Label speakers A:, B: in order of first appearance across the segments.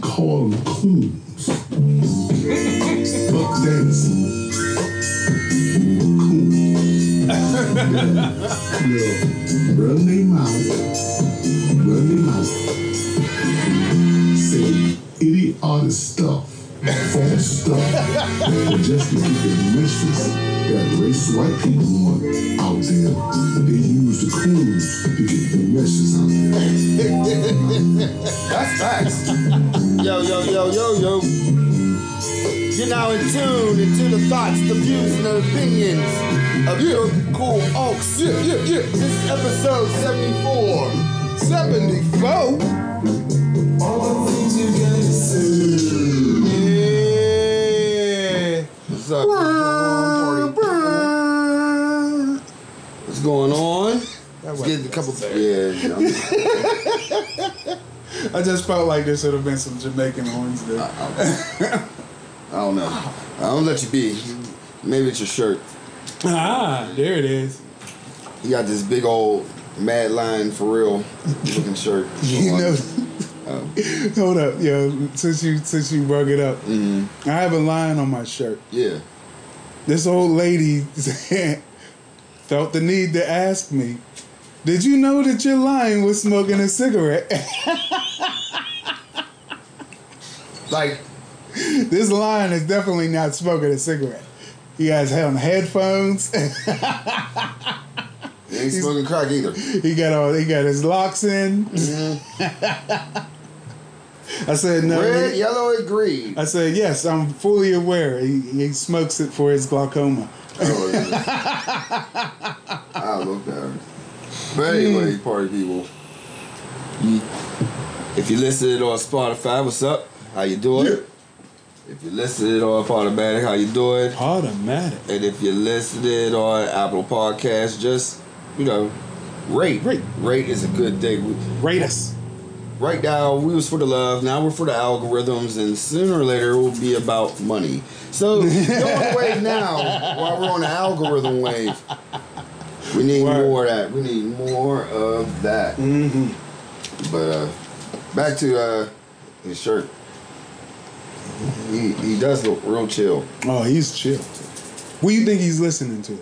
A: called coons. Buck dancing. Coons. yeah. Run their mouth. Run their mouth. Say idiotic stuff. False stuff. and just to keep the mistress that racist white people want out there. They use the coons to get the mistress out there.
B: That's facts. Yo, yo, yo, yo, yo. You're now in tune into the thoughts, the views, and the opinions of your cool Oaks. Yeah, yeah, yeah. This is episode 74. 74? Yeah. What's up? What's going on? Let's get a couple. Yeah. yeah.
C: I just felt like there should have been some Jamaican horns there.
B: I don't know. I don't let you be. Maybe it's your shirt.
C: ah, there it is.
B: You got this big old Mad Lion for real looking shirt.
C: You know,
B: Oh.
C: hold up, yo. Since you since you brought it up,
B: Mhm.
C: I have a line on my shirt.
B: Yeah.
C: This old lady felt the need to ask me, "Did you know that your lion was smoking a cigarette?"
B: Like,
C: this lion is definitely not smoking a cigarette. He has him headphones.
B: he ain't smoking crack either.
C: he got all. He got his locks in. Mm-hmm. I said no.
B: Red, yellow, and green.
C: I said, yes, I'm fully aware. He, he smokes it for his glaucoma.
B: Oh, yeah. I love that. But anyway,
C: Mm.
B: party people. you- If you listen to it on Spotify, what's up? How you doing? If you listen to it on Podomatic, how you doing?
C: Automatic.
B: And if you're listening on Apple Podcasts, just you know, rate.
C: Rate.
B: Rate is a good thing. We-
C: Rate us.
B: Right now, we was for the love. Now we're for the algorithms, and sooner or later, it will be about money. So go on the wave now. While we're on the algorithm wave, we need
C: Word.
B: more of that. We need more of that.
C: Mm-hmm.
B: But uh, back to uh, his shirt. He, he does look real chill.
C: Oh, he's chill. What do you think he's listening to?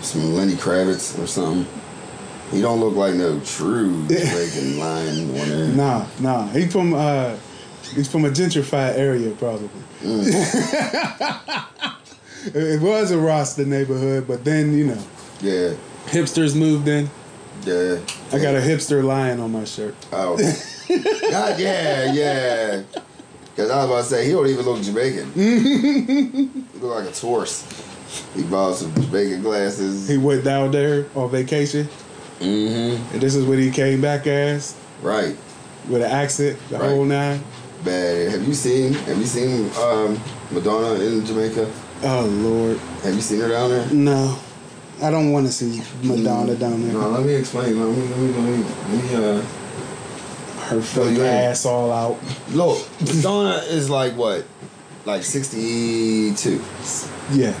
B: some Lenny Kravitz or something. He don't look like no true Jamaican lion winner.
C: Nah, nah. He from uh, he's from a gentrified area, probably. Mm. it it was a Rasta neighborhood, but then you know,
B: Yeah,
C: hipsters moved in.
B: yeah.
C: I got a hipster lion on my shirt.
B: Oh. God, yeah, yeah. Cause I was about to say he don't even look Jamaican. he look like a tourist. He bought some Jamaican glasses.
C: He went down there on vacation,
B: Mm-hmm.
C: and this is what he came back as
B: Right.
C: with an accent, the
B: Right.
C: whole nine.
B: Bad. Have you seen? Have you seen um, Madonna in Jamaica?
C: Oh Lord.
B: Have you seen her down there?
C: No, I don't want to see Madonna down there.
B: No. Let me explain. Let me. Let me. Let me. Let me uh,
C: Her fake
B: you ain't.
C: ass all out.
B: Look, Madonna is like what? Like 62.
C: Yeah.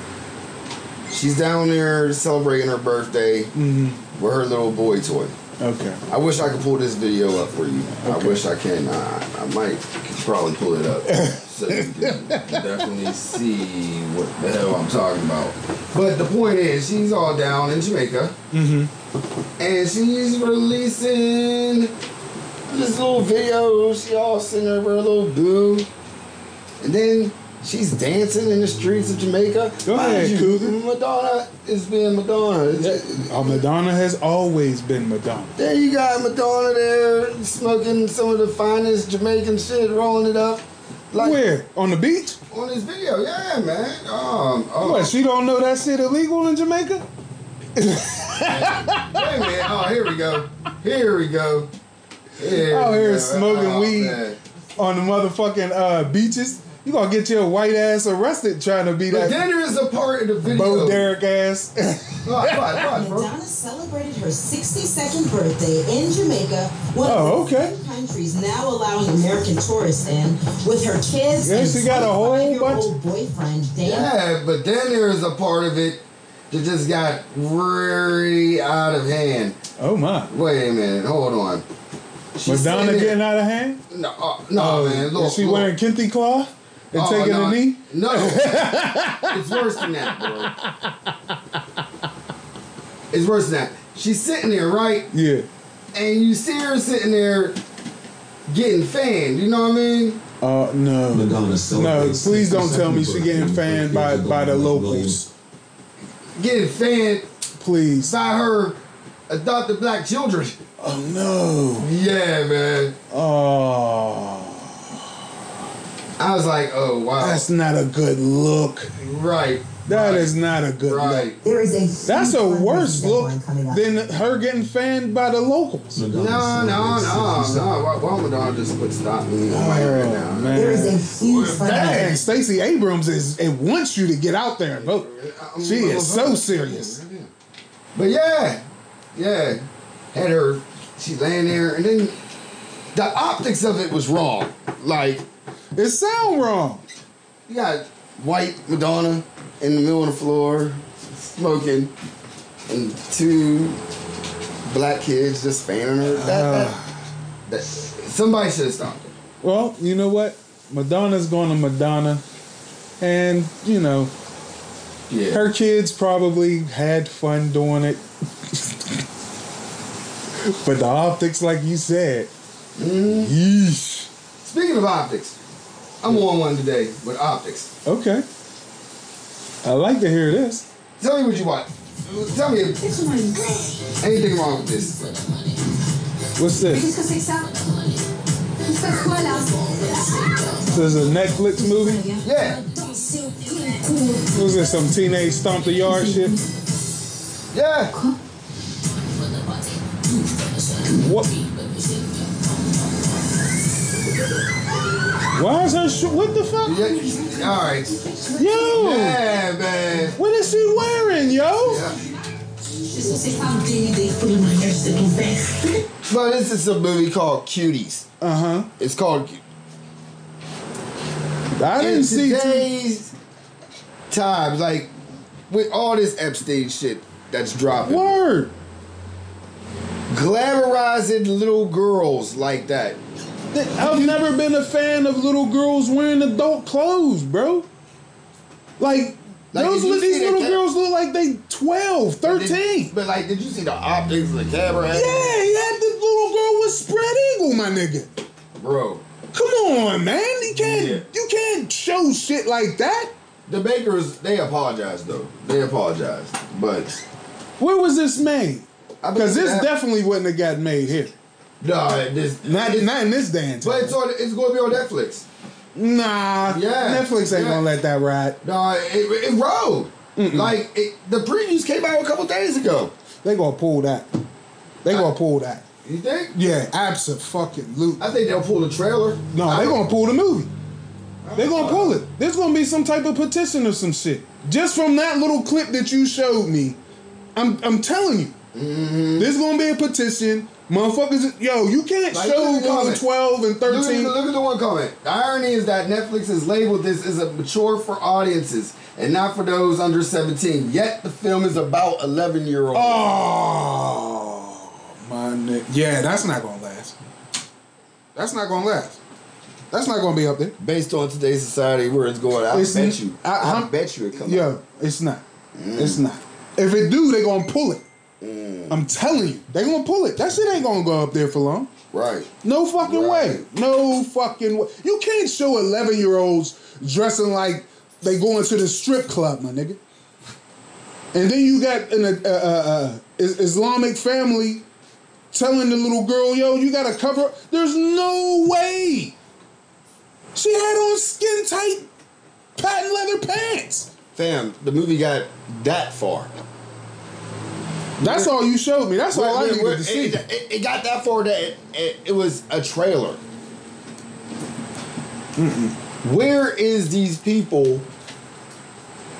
B: She's down there celebrating her birthday
C: hmm
B: with her little boy toy.
C: Okay.
B: I wish I could pull this video up for you. I
C: Okay.
B: wish I can. I, I might could probably pull it up so you can definitely see what the hell I'm talking about. But the point is, she's all down in Jamaica
C: Mm-hmm.
B: and she's releasing this little video. She all singing her little boo, and then she's dancing in the streets of Jamaica.
C: Go
B: Mind
C: ahead,
B: you,
C: Cougar.
B: Madonna is being Madonna. It's just-
C: Oh, Madonna has always been Madonna.
B: Then you got Madonna there smoking some of the finest Jamaican shit, rolling it up. Like
C: Where on the beach?
B: on this video, yeah, man. Um, oh,
C: What? She don't know that shit illegal in Jamaica?
B: Wait a minute. Oh, here we go. Here we go. Here
C: Out
B: we
C: here
B: go.
C: smoking
B: Oh,
C: weed.
B: man.
C: On the motherfucking uh, beaches? You gonna get your white ass arrested trying to be
B: But
C: that
B: then there is a part of the video.
C: Bo Derek ass?
B: Watch, watch, watch, bro.
D: Madonna celebrated her 62nd birthday in Jamaica, one
C: Oh,
D: of the
C: okay.
D: few countries now allowing American tourists in, with her kids
C: Yeah,
D: and
C: she got a whole
D: 25-year-old boyfriend dancing.
B: Yeah, but then there's a part of it that just got really out of hand.
C: oh my!
B: Wait a minute, hold on. She's
C: Madonna
B: sitting there-
C: getting out of hand?
B: No, No, uh,
C: Oh,
B: no, man. Look,
C: Is she
B: look.
C: wearing kente cloth and
B: Oh,
C: taking
B: no,
C: a knee?
B: No, it's worse than that, bro. It's worse than that. She's sitting there, right?
C: Yeah.
B: And you see her sitting there getting fanned. You know what I mean?
C: Uh, no.
E: Madonna celebrates
C: please don't
E: 62nd
C: tell me she
E: birthday
C: getting
E: with
C: fanned by-
E: Bridget
C: by the
E: Williams.
C: locals.
B: Getting fanned
C: Please.
B: by her adopted black children.
C: Oh
B: Yeah, man.
C: no. Oh,
B: I was like, oh wow,
C: that's not a good look.
B: right,
C: That is not a good
B: right.
C: look.
D: There is a
C: That's a
D: huge
C: worse
D: fundraising
C: look
D: deadline coming up.
C: than her getting fanned by the locals.
E: Madonna
B: No, no,
E: celebrates
B: no,
E: 62nd
B: no. Why, why would I just put stop me right
C: Oh,
B: now?
C: man.
D: There is a huge
C: Dang,
D: fundraising.
C: Stacey Abrams is it wants you to get out there and vote. Oh, She is so serious.
B: But yeah, yeah, had her. She laying there, and then the optics of it was wrong. Like
C: It sound wrong.
B: you got white Madonna in the middle of the floor smoking, and two black kids just fanning her. That, that, that, somebody should have stopped it.
C: Well, you know what? Madonna's going to Madonna, and you know
B: Yeah.
C: her kids probably had fun doing it. but the optics, like you said, yeesh.
B: Speaking of optics, I'm on one today with optics.
C: Okay, I like to hear this.
B: Tell me what you want. Tell me if anything wrong with this.
C: What's this?
F: Qu'est-ce que c'est que ça Il se passe quoi là
C: This is a Netflix movie.
B: Yeah,
C: Was this some teenage stomp the yard shit?
B: yeah.
C: What? Why is her sh- What the fuck?
B: yeah. All right.
C: Yo!
B: Yeah, man.
C: What is she wearing, yo?
F: Ce sont ces femmes dénudées. Les manières de ton père.
B: But this is a movie called Cuties.
C: Uh
B: It's called.
C: huh. I
B: In
C: didn't see.
B: today's times, like with all this Epstein shit that's dropping,
C: Word.
B: glamorizing little girls like that.
C: I've never been a fan of little girls wearing adult clothes, bro. Like,
B: Like,
C: those
B: did you
C: li- these
B: see that
C: little
B: cat-
C: girls look like they 12, 13.
B: But like, did you see the optics of the camera?
C: Yeah, he had this little girl with spread eagle, my nigga.
B: bro.
C: Come on, man. You can't
B: Yeah.
C: you can't show shit like that.
B: The Bakers, they apologized though. They apologized, but
C: Where was this made?
B: I believe
C: Because this
B: that-
C: definitely wouldn't have got made here.
B: no, this
C: Not,
B: this-
C: not in this day and time.
B: But it's on. It's going to be on Netflix.
C: Nah,
B: Yeah,
C: Netflix ain't
B: yeah.
C: gonna let that ride.
B: No, it, it rolled. Like it, the previews came out a couple days ago.
C: They gonna pull that. They gonna pull that.
B: You think?
C: Yeah, absolutely.
B: I think they'll pull the trailer.
C: No,
B: I
C: they
B: don't-
C: gonna pull the movie. They gonna pull it. There's gonna be some type of petition or some shit. Just from that little clip that you showed me, I'm I'm telling you,
B: Mm-hmm.
C: there's gonna be a petition. Motherfuckers, yo, you can't
B: Like,
C: show
B: look at the
C: little
B: comment.
C: twelve and
B: Look, at-
C: thirteen.
B: look at the one comment. The irony is that Netflix has labeled this as a mature for audiences and not for those under 17. Yet the film is about 11 year olds.
C: Oh my nigga, yeah, that's not gonna last. That's not gonna last. That's not gonna be up there.
B: Based on today's society, where it's going, I
C: It's-
B: bet you.
C: I-
B: I,
C: I'm-
B: bet you it comes.
C: Yo, it's not.
B: Mm.
C: It's not. If it do, they gonna pull it. I'm telling you, they gonna pull it. That shit ain't gonna go up there for long.
B: Right.
C: No fucking
B: Right.
C: way. No fucking way. You can't show 11 year olds dressing like they going to the strip club, my nigga. And then you got an uh, uh, uh, is- Islamic family telling the little girl, yo, you gotta cover. up." There's no way. She had on skin tight patent leather pants.
B: Fam, the movie got that far.
C: That's all you showed me. That's all I
B: We're-
C: needed
B: we're-
C: to see.
B: It, it- it got that far that it, it, it was a trailer. Where is these people?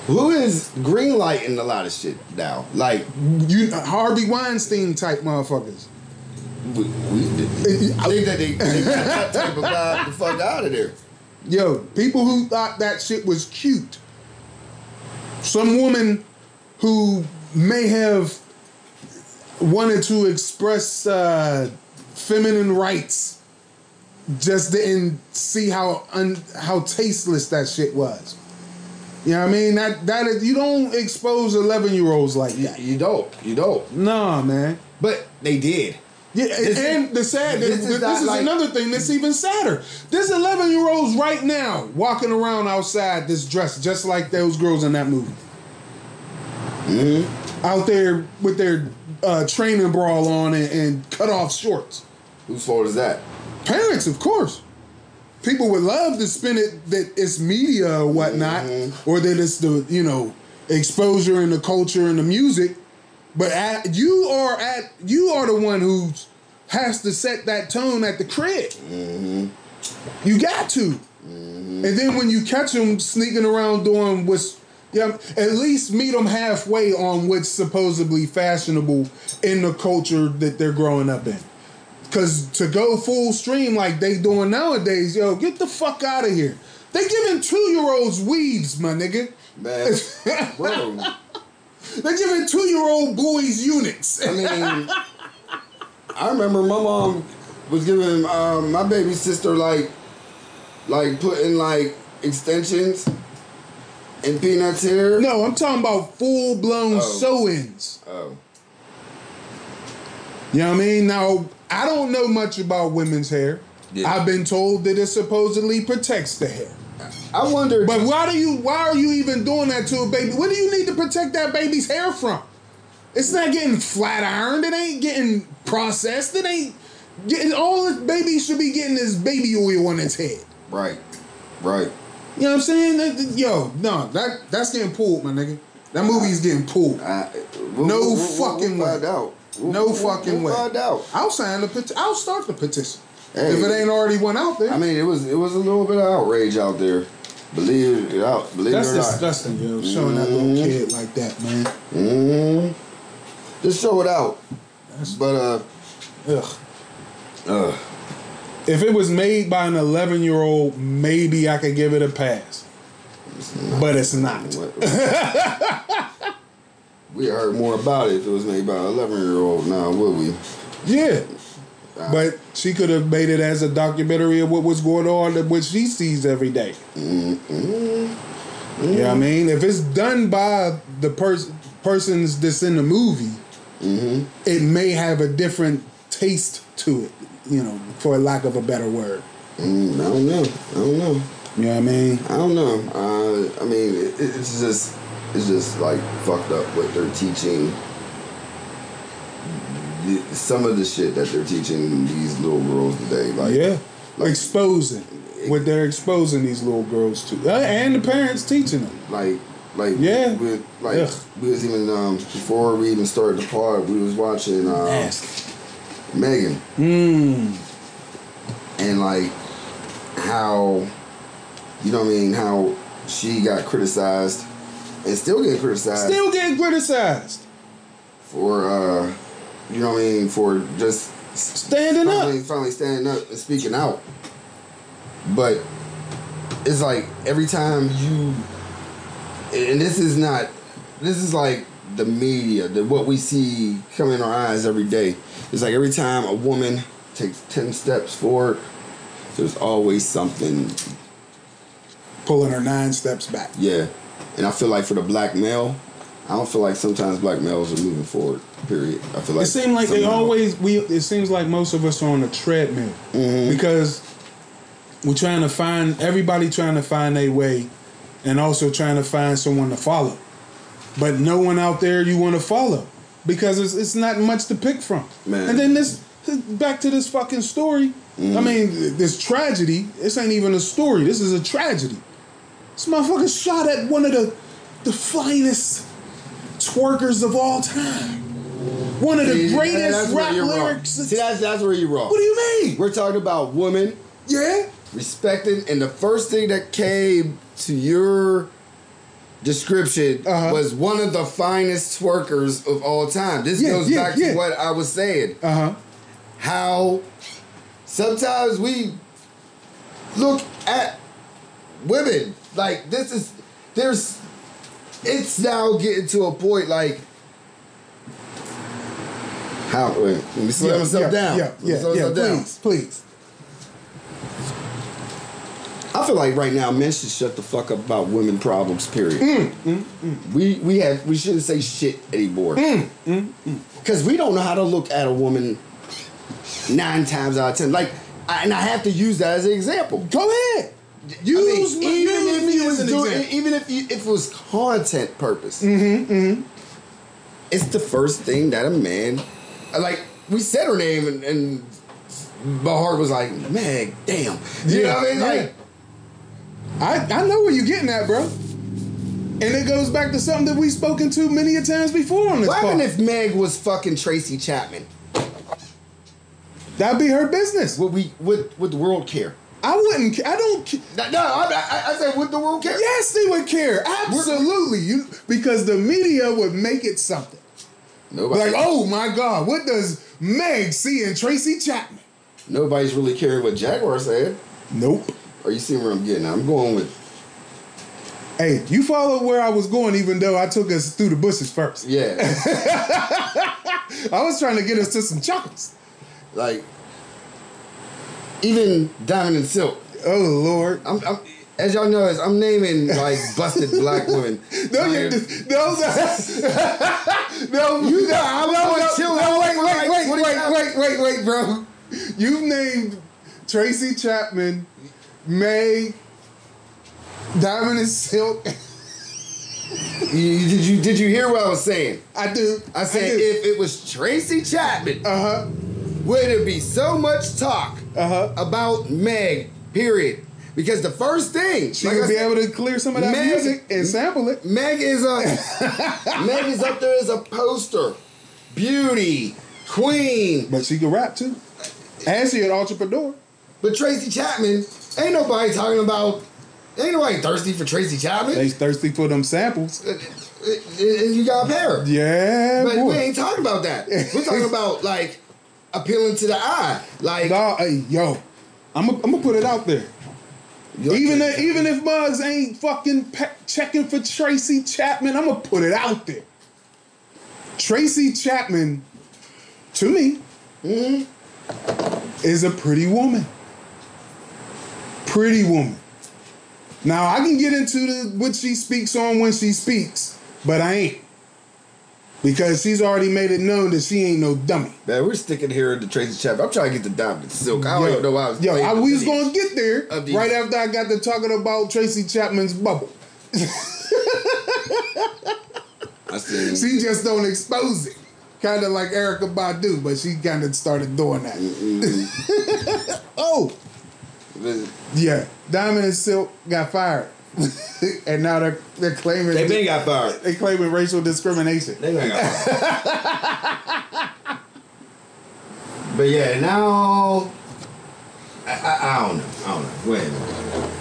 B: Who is greenlighting a lot of shit now? Like
C: you Harvey Weinstein type motherfuckers.
B: we, we think that they, they got that type of guy the fuck out of there.
C: Yo, people who thought that shit was cute. Some woman who may have wanted to express uh, feminine rights just didn't see how un, how tasteless that shit was. You know what I mean? That that is, you don't expose eleven year olds like that.
B: You don't. You don't.
C: Nah, man.
B: But they did.
C: Yeah,
B: This
C: and the sad
B: this
C: this,
B: is
C: this,
B: not
C: is
B: like-
C: another thing that's even sadder. There's 11 year olds right now walking around outside this dress just like those girls in that movie.
B: Mm-hmm.
C: Out there with their uh, training bra on and, and cut off shorts.
B: Whose fault is that?
C: Parents, of course. People would love to spin it that it's media or whatnot, or that it's the you know exposure and the culture and the music. But at, you are at you are the one who has to set that tone at the crib. You got to. And then when you catch them sneaking around doing what's yeah, at least meet them halfway on what's supposedly fashionable in the culture that they're growing up in. Cause to go full stream like they doing nowadays, yo, get the fuck out of here. They giving two year olds weeds, my nigga.
B: Man. Bro.
C: They giving two year old boys units.
B: I mean, I remember my mom was giving um, my baby sister like, like putting like extensions and peanuts here.
C: No, I'm talking about full blown
B: Oh.
C: sew ins.
B: Oh,
C: You know what I mean? Now, I don't know much about women's hair.
B: Yeah.
C: I've been told that it supposedly protects the hair.
B: I wonder.
C: But why do you why are you even doing that to a baby? What do you need to protect that baby's hair from? It's not getting flat ironed, it ain't getting processed, it ain't getting all this baby should be getting is baby oil on its head.
B: right, right.
C: You know what I'm saying? That- that- yo, no, that that's getting pulled, my nigga. That movie's getting pulled.
B: I, we'll,
C: No
B: we'll- we'll-
C: fucking
B: we'll
C: way.
B: Find out. We'll-
C: No
B: we'll-
C: fucking
B: we'll
C: way.
B: Find out.
C: I'll sign the petition. I'll start the petition.
B: Hey.
C: If it ain't already one out there.
B: I mean, it was it was a little bit of outrage out there. Believe it out. Believe
C: That's
B: it or not.
C: disgusting, yo. Showing that
B: Mm-hmm.
C: little kid like that, man.
B: Mm, just show it out.
C: That's-
B: But uh,
C: Ugh.
B: uh,
C: If it was made by an 11 year old, maybe I could give it a pass. But it's not.
B: What- we heard more about it if it was made by an 11 year old now, would we?
C: Yeah. But she could have made it as a documentary of what was going on and what she sees every day. You know what I mean? If it's done by the pers- persons that's in the movie, it may have a different taste to it, you know, for lack of a better word.
B: Mm, I don't know. I don't know.
C: You know what I mean?
B: I don't know. Uh, I mean, it, it's just it's just like fucked up what they're teaching. The- Some of the shit that they're teaching these little girls today, like
C: yeah,
B: like-
C: exposing what they're exposing these little girls to, Uh, and the parents teaching them.
B: like like
C: Yeah.
B: we, like
C: Ugh.
B: we was even um before we even started the pod we was watching uh megan
C: Mm.
B: and like how you know what i mean how she got criticized and still getting criticized
C: Still getting criticized.
B: for uh you know what i mean for just
C: Standing
B: finally,
C: up.
B: finally standing up and speaking out but it's like every time you and this is not this is like the media the what we see come in our eyes every day it's like every time a woman takes 10 steps forward there's always something
C: Pulling her nine steps back.
B: yeah and i feel like for the black male i don't feel like sometimes black males are moving forward period i feel like
C: It seems like they
B: somehow-
C: always we. It seems like most of us are on a treadmill
B: Mm-hmm.
C: because we're trying to find everybody trying to find a way, and also trying to find someone to follow. But no one out there you want to follow because it's it's not much to pick from.
B: Man. Mm-hmm.
C: And then this back to this fucking story. I mean, this tragedy. This ain't even a story. This is a tragedy. This motherfucker shot at one of the the finest twerkers of all time. One of the
B: See, that's
C: greatest
B: where
C: rap
B: you're wrong.
C: lyrics.
B: See, that's that's where you're wrong.
C: what do you mean?
B: We're talking about women
C: Yeah.
B: respecting, and the first thing that came to your description
C: Uh-huh.
B: was one of the finest twerkers of all time. This
C: Yeah,
B: goes
C: yeah,
B: back
C: yeah.
B: to what I was saying.
C: Uh huh.
B: How sometimes we look at women like this is there's it's now getting to a point like how wait, let me slow
C: Yeah,
B: myself
C: yeah,
B: down.
C: Yeah,
B: Let me
C: yeah,
B: slow
C: yeah.
B: myself down.
C: Please, please.
B: I feel like right now men should shut the fuck up about women problems. Period.
C: Mm,
B: We we have we shouldn't say shit anymore.
C: Mm,
B: Because we don't know how to look at a woman nine times out of ten. Like, I, and I have to use that as an example.
C: Go ahead.
B: Use
C: Use my-
B: even
C: use
B: if
C: me
B: you
C: as
B: was
C: an
B: doing
C: example.
B: even if you, if it was content purpose. Mm-hmm, It's the first thing that a man like. We said her name and. and my heart was like, man, damn. You know what I mean?
C: Yeah,
B: Like,
C: yeah. I, I know where you're getting at, bro. And it goes back to something that we've spoken to many a times before on this
B: What
C: pod.
B: happened if Meg was fucking Tracy Chapman?
C: That'd be her business.
B: Would we would would the world care?
C: I wouldn't. ca- I don't. ca-
B: No, no I, I, I said would the world care?
C: Yes, they would care. Absolutely, you because the media would make it something.
B: Nobody,
C: Like, oh my God, what does Meg see in Tracy Chapman?
B: nobody's really caring what Jaguar said.
C: Nope.
B: Are you seeing where I'm getting? at? I'm going with
C: Hey, you followed where I was going, even though I took us through the bushes first.
B: yeah,
C: I was trying to get us to some chuckles.
B: like even Diamond and Silk.
C: Oh Lord.
B: I'm, I'm as y'all know, I'm naming like busted black women.
C: No, you,
B: Like,
C: no, no, no,
B: You know, I'm
C: no,
B: gonna
C: no,
B: chill
C: no,
B: out
C: wait,
B: for
C: wait,
B: like
C: wait,
B: 20
C: wait,
B: times.
C: wait, wait, wait, bro. You've named Tracy Chapman, May, Diamond and Silk.
B: you- you- did you did you hear what I was saying?
C: I do.
B: I said if it was Tracy Chapman,
C: Uh huh.
B: would it be so much talk
C: Uh-huh.
B: about Meg? Period. Because the first thing
C: She
B: like I
C: gonna be
B: said,
C: able to clear some of that
B: Meg-
C: music and sample it.
B: Meg is a Meg is up there as a poster, beauty queen.
C: But she can rap too. And she an entrepreneur.
B: But Tracy Chapman ain't nobody talking about. Ain't nobody thirsty for Tracy
C: They
B: Chapman. Uh,
C: thirsty for them samples.
B: And you got a pair.
C: Yeah,
B: But we
C: boy.
B: ain't talking about that. We're talking about like appealing to the eye. Like
C: Dawg, hey, yo, I'm gonna I'm put it out there. Even if, even if Muggs ain't fucking pe- checking for Tracy Chapman, I'm gonna put it out there. Tracy Chapman, to me, is a pretty woman. Pretty woman. Now I can get into the, what she speaks on when she speaks, but I ain't because she's already made it known that she ain't no dummy.
B: Man, we're sticking here in the Tracy Chapman. I'm trying to get the Diamond Silk. I don't
C: Yo,
B: even know why I was.
C: Yo,
B: playing
C: I,
B: with
C: we was
B: these.
C: gonna get there
B: of these-
C: right after I got to talking about Tracy Chapman's bubble.
B: I seen.
C: She just don't expose it. Kind of like Erica Badu, but she kind of started doing that. Oh, yeah. Diamond and Silk got fired, and now they're they're claiming
B: they been got fired.
C: they claiming racial discrimination.
B: They been got fired. but yeah, now I, I, I don't know. I don't know. Wait. a minute.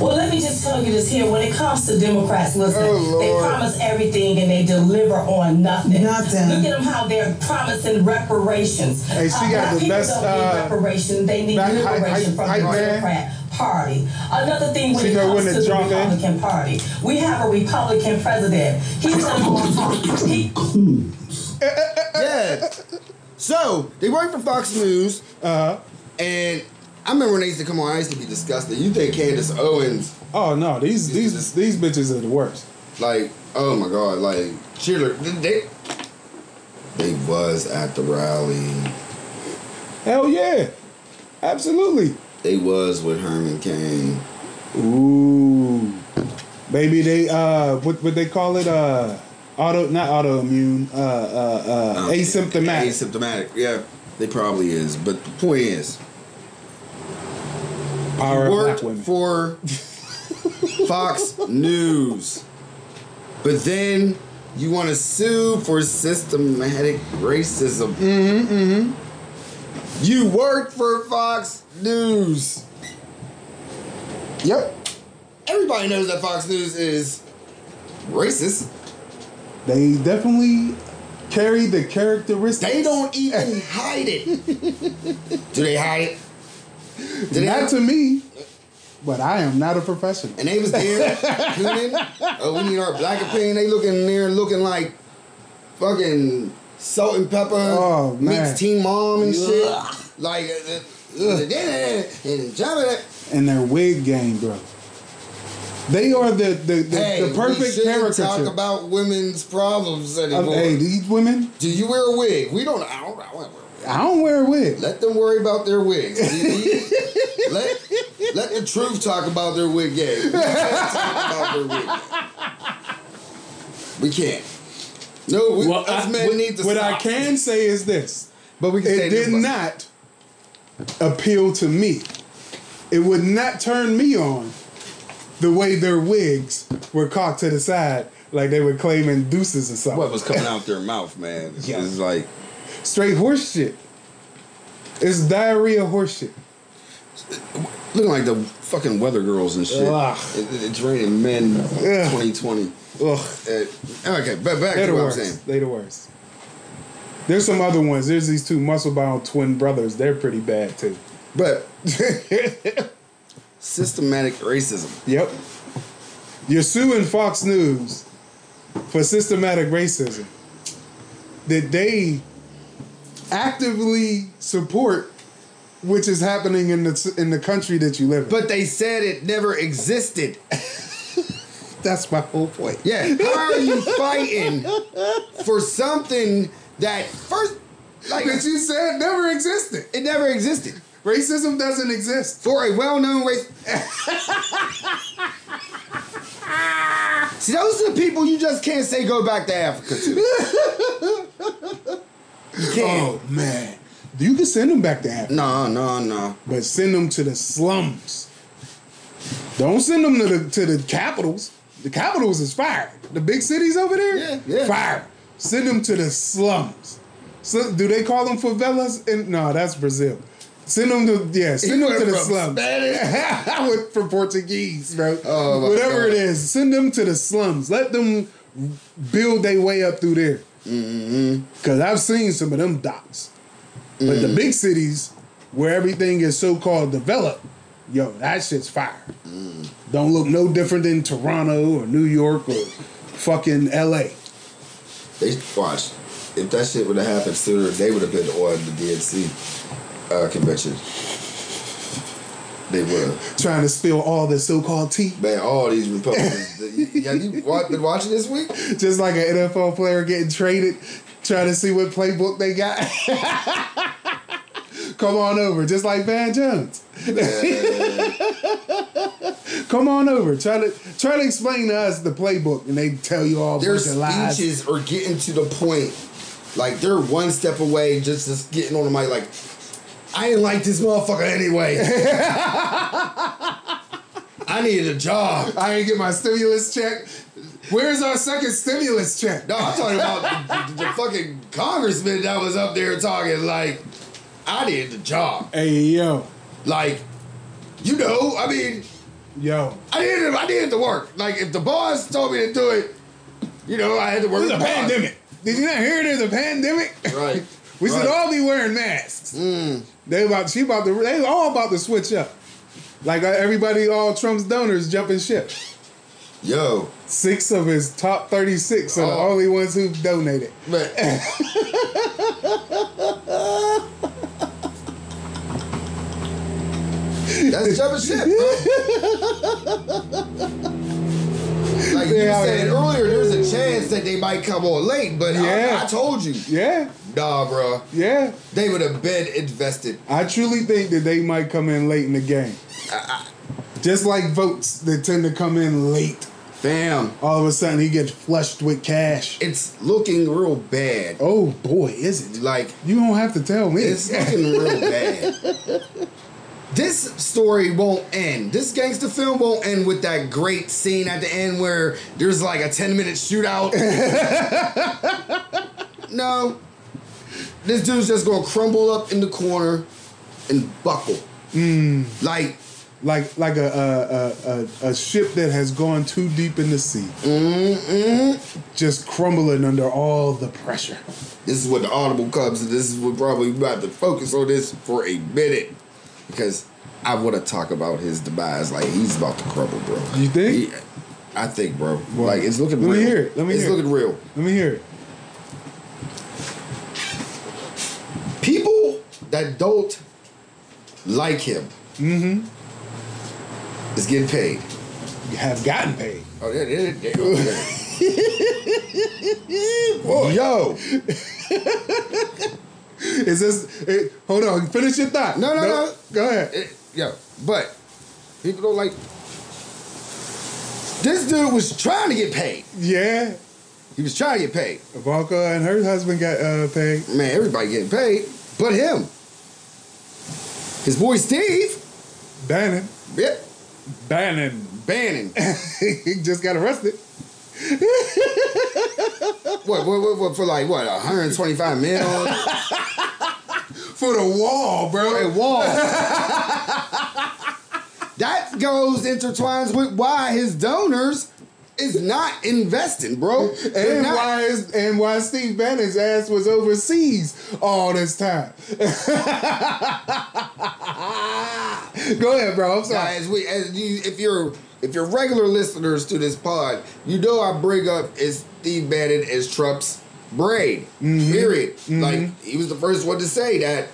E: Well, let me just tell you this here. When it comes to Democrats, listen,
C: Oh,
E: they
C: Lord.
E: promise everything and they deliver on nothing.
D: Nothing.
E: Look at them how they're promising reparations.
C: Hey, she got
E: black
C: the
E: people
C: best,
E: Don't
C: uh,
E: need reparation. They need
C: black hype-
E: liberation
C: hype- hype
E: from the
C: man.
E: Democrat Party. Another thing when
C: She
E: it
C: go
E: comes
C: when
E: to
C: it's
E: the
C: drunk, eh?
E: Republican Party, we have a Republican president. He's an he,
B: Yeah. So they work for Fox News,
C: Uh,
B: Uh-huh. and I remember when they used to come on. I used to be disgusted. You think Candace Owens?
C: oh no, these these these bitches are the worst.
B: Like, oh my god, like cheerleader. They, they was at the rally.
C: Hell yeah, absolutely.
B: They was with Herman Cain.
C: Ooh, maybe they uh what what they call it uh auto not autoimmune uh uh uh
B: Um,
C: asymptomatic.
B: Asymptomatic. Yeah, they probably is. But the point is,
C: power of black
B: worked
C: women.
B: for Fox News, but then you want to sue for systematic racism. Mm-hmm, mm-hmm. You worked for Fox News.
C: yep.
B: Everybody knows that Fox News is racist.
C: They definitely carry the characteristics.
B: They don't even hide it. Do they hide it? Do they
C: Not
B: hide-
C: to me, but I am not a professional.
B: And they was there, tuning. Oh, we need our black opinion. They looking in there looking like fucking salt and pepper
C: Oh, man.
B: meets Teen Mom and shit.
C: Ugh.
B: Like, uh, uh, uh, and jumping it.
C: in their wig game, bro. They are the the, the,
B: Hey,
C: the perfect
B: we shouldn't
C: caricature.
B: talk about women's problems
C: of,
B: anymore.
C: hey, these women,
B: Do you wear a wig? We don't. I don't, I don't wear a wig.
C: I don't wear a wig.
B: Let them worry about their wigs. let, let the truth talk about their wig game. We can't talk about their wig game. We can't. No, we, us men
C: what,
B: need to
C: what
B: stop.
C: I can say is this:
B: but we can say
C: it
B: this
C: did
B: much.
C: not appeal to me. It would not turn me on the way their wigs were cocked to the side, like they were claiming deuces or something.
B: What was coming out their mouth, man?
C: Yeah.
B: It's like
C: Straight horse shit. It's diarrhea horse shit.
B: looking like the fucking weather girls and shit.
C: Ugh.
B: It, it- it's raining men.
C: Ugh.
B: Twenty twenty.
C: Ugh.
B: okay, but back
C: They're
B: to
C: the
B: what
C: worst.
B: I'm saying.
C: They're the worst. There's some other ones. There's these two muscle-bound twin brothers. They're pretty bad too.
B: But systematic racism.
C: Yep. You're suing Fox News for systematic racism that they actively support, which is happening in the in the country that you live in.
B: But they said it never existed.
C: that's my whole point.
B: Yeah. How are you fighting for something that first, like,
C: That you said never existed.
B: it never existed
C: Racism doesn't exist.
B: for a well-known race? See, those are the people you just can't say go back to Africa to. You can't.
C: Oh man, you can send them back to Africa.
B: No, no, no.
C: but send them to the slums. Don't send them to the to the capitals. The capitals is fire. The big cities over there,
B: Yeah, yeah.
C: fire. Send them to the slums. So, do they call them favelas? And no, that's Brazil. Send them to yeah. Send them to the slums. I went for Portuguese, bro.
B: Oh, my
C: Whatever
B: God.
C: it is, send them to the slums. Let them build their way up through there. Because I've seen some of them dots. But the big cities, where everything is so called developed, yo, that shit's fire. Mm. Don't look no different than Toronto or New York or fucking LA.
B: They watch. If that shit would have happened sooner, they would have been on the DNC uh, convention. They would. have.
C: Trying to spill all the so called tea.
B: Man, all these Republicans. the- yeah, you wa- been watching this week?
C: Just like an NFL player getting traded, trying to see what playbook they got. Come on over, just like Van Jones. Come on over. Try to try to explain to us the playbook, and they tell you all
B: Their
C: bunch of lies.
B: speeches are getting to the point. Like they're one step away, just just getting on the mic. Like, I didn't like this motherfucker anyway. I needed a job.
C: I didn't get my stimulus check. Where's our second stimulus check?
B: No, I'm talking about the, the, the fucking congressman that was up there talking like, I did the job.
C: Hey yo,
B: Like, you know, I mean,
C: yo,
B: I did it. I did the work. Like, if the boss told me to do it, you know, I had to work.
C: there's
B: with
C: a
B: the boss.
C: pandemic. Did you not hear? There's a pandemic.
B: Right.
C: We "Oh."
B: right. Mm.
C: should all be wearing masks. They about she about to they all about to switch up. Like uh, everybody, all Trump's donors jumping ship.
B: Yo,
C: Six of his top thirty six are the
B: Oh.
C: only ones who donated.
B: man. That's jumping ship, bro. Like you
C: Yeah,
B: said
C: man.
B: earlier, there's a chance that they might come on late, but I-
C: Yeah.
B: I, told you,
C: Yeah,
B: nah, bro.
C: yeah.
B: They would have been invested.
C: I truly think that they might come in late in the game. Just like votes that tend to come in late.
B: Fam,
C: All of a sudden, he gets flushed with cash.
B: it's looking real bad.
C: Oh boy, is it?
B: Like
C: You don't have to tell me.
B: It's looking real bad. This story won't end. This gangster film won't end with that great scene at the end where there's like a 10 minute shootout. no. This dude's just gonna crumble up in the corner and buckle. Like,
C: like like a a, a, a a ship that has gone too deep in the sea,
B: Mm-hmm.
C: just crumbling under all the pressure.
B: this is what the audible comes, and this is what probably we have to focus on this for a minute. Because I wanna talk about his demise. Like, he's about to crumble, bro.
C: You think?
B: Yeah, I think, bro.
C: Well,
B: like it's looking
C: let me
B: real.
C: hear it. Let me
B: it's
C: hear it.
B: looking real.
C: Let me hear it. Mm-hmm.
B: People that don't like him is getting paid.
C: You have gotten paid.
B: Oh, there, there, there. go. Boy, yo,
C: Is this? It, hold on. Finish your thought.
B: No, no,
C: Nope. Go ahead.
B: It- yo, but people don't like. This dude was trying to get paid.
C: Yeah.
B: He was trying to get paid.
C: Ivanka and her husband got uh, paid.
B: Man, everybody getting paid, but him. His boy Steve,
C: Bannon.
B: yeah,
C: Bannon.
B: Bannon.
C: he just got arrested.
B: what, what, what, what, for like what, 125 mil?
C: For the wall, bro.
B: A wall. that goes intertwines with why his donors is not investing, bro. They're
C: And
B: not-
C: why is and why Steve Bannon's ass was overseas all this time? Go ahead, bro. I'm
B: Now,
C: sorry.
B: as we, as you, if you're, if you're regular listeners to this pod, you know I bring up is Steve Bannon as Trump's brain.
C: Mm-hmm.
B: Period. Like he was the first one to say that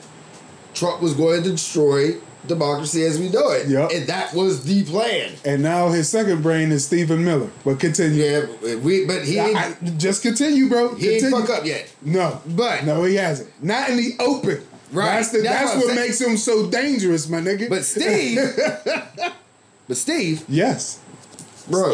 B: Trump was going to destroy democracy as we know it,
C: Yup.
B: and that was the plan.
C: And now his second brain is Stephen Miller. But continue.
B: Yeah, we, but he, ain't-
C: I- I- just continue, bro.
B: he
C: continue.
B: ain't fuck up yet.
C: No,
B: But-
C: no, he hasn't. Not in the open.
B: Right.
C: That's, the,
B: That's
C: that's,
B: what
C: what,
B: I'm saying.
C: makes him so dangerous, my nigga.
B: But Steve, but Steve,
C: yes,
B: bro,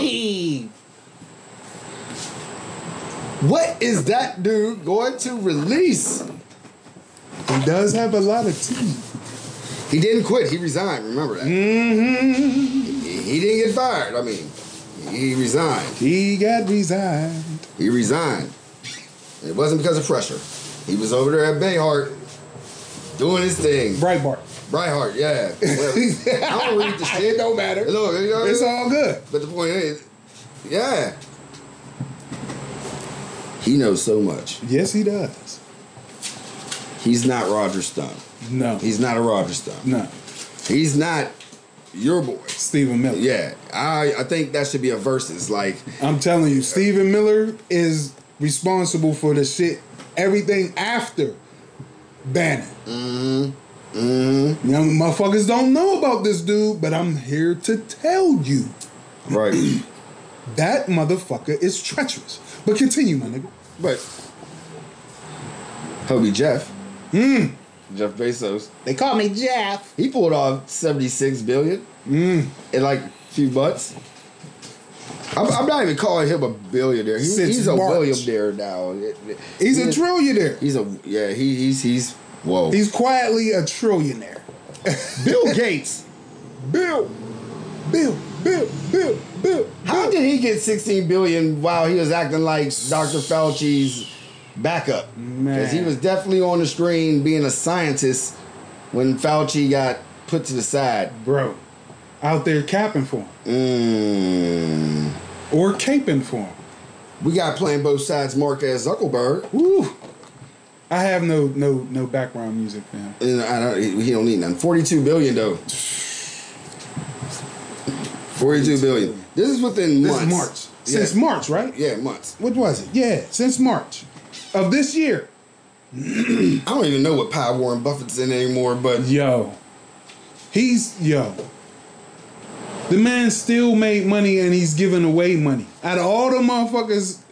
B: what is that dude going to release?
C: he does have a lot of tea.
B: He didn't quit. He resigned. Remember that.
C: Mm-hmm.
B: He, he didn't get fired. I mean, he resigned.
C: He got resigned.
B: He resigned. And it wasn't because of pressure. He was over there at Bayhart doing his thing.
C: Breitbart.
B: Breithart, yeah. Well, I don't read the shit.
C: It don't matter.
B: Look, you know,
C: It's all good.
B: But the point is, yeah. He knows so much.
C: Yes, he does.
B: He's not Roger Stone.
C: No,
B: He's not a Roger Stone.
C: no.
B: He's not your boy.
C: Stephen Miller.
B: Yeah, I I think that should be a versus. Like,
C: I'm telling you, Stephen Miller is responsible for the shit, everything after Bannon. Mm-hmm. Young motherfuckers don't know about this dude, but I'm here to tell you
B: right.
C: that motherfucker is treacherous. But continue, my nigga.
B: But Hubby Jeff, Jeff Bezos,
C: They call me Jeff.
B: Hmm. he pulled off seventy six billion in like a few months. I'm, I'm not even calling him a billionaire. He-
C: Since
B: he's a
C: March.
B: millionaire now.
C: He's a
B: He-
C: trillionaire.
B: He's a yeah. He, he's he's whoa.
C: He's quietly a trillionaire.
B: Bill Gates.
C: Bill, Bill, Bill, Bill, Bill.
B: How did he get 16 billion while he was acting like Dr. Fauci's backup? Because he
C: Man.
B: was definitely on the screen being a scientist when Fauci got put to the side.
C: Bro, out there capping for him
B: Mm.
C: or caping for him.
B: We got playing both sides, Mark as Zuckerberg.
C: Woo. I have no no no background music for him.
B: And I don't, he he don't need none. 42 billion though. 42 billion. This is within
C: This
B: months.
C: is March. Since
B: yeah.
C: March, right?
B: Yeah, months.
C: What was it? Yeah, since March of this year.
B: I don't even know what pie Warren Buffett's in anymore, but
C: Yo. He's yo. The man still made money and he's giving away money. Out of all the motherfuckers,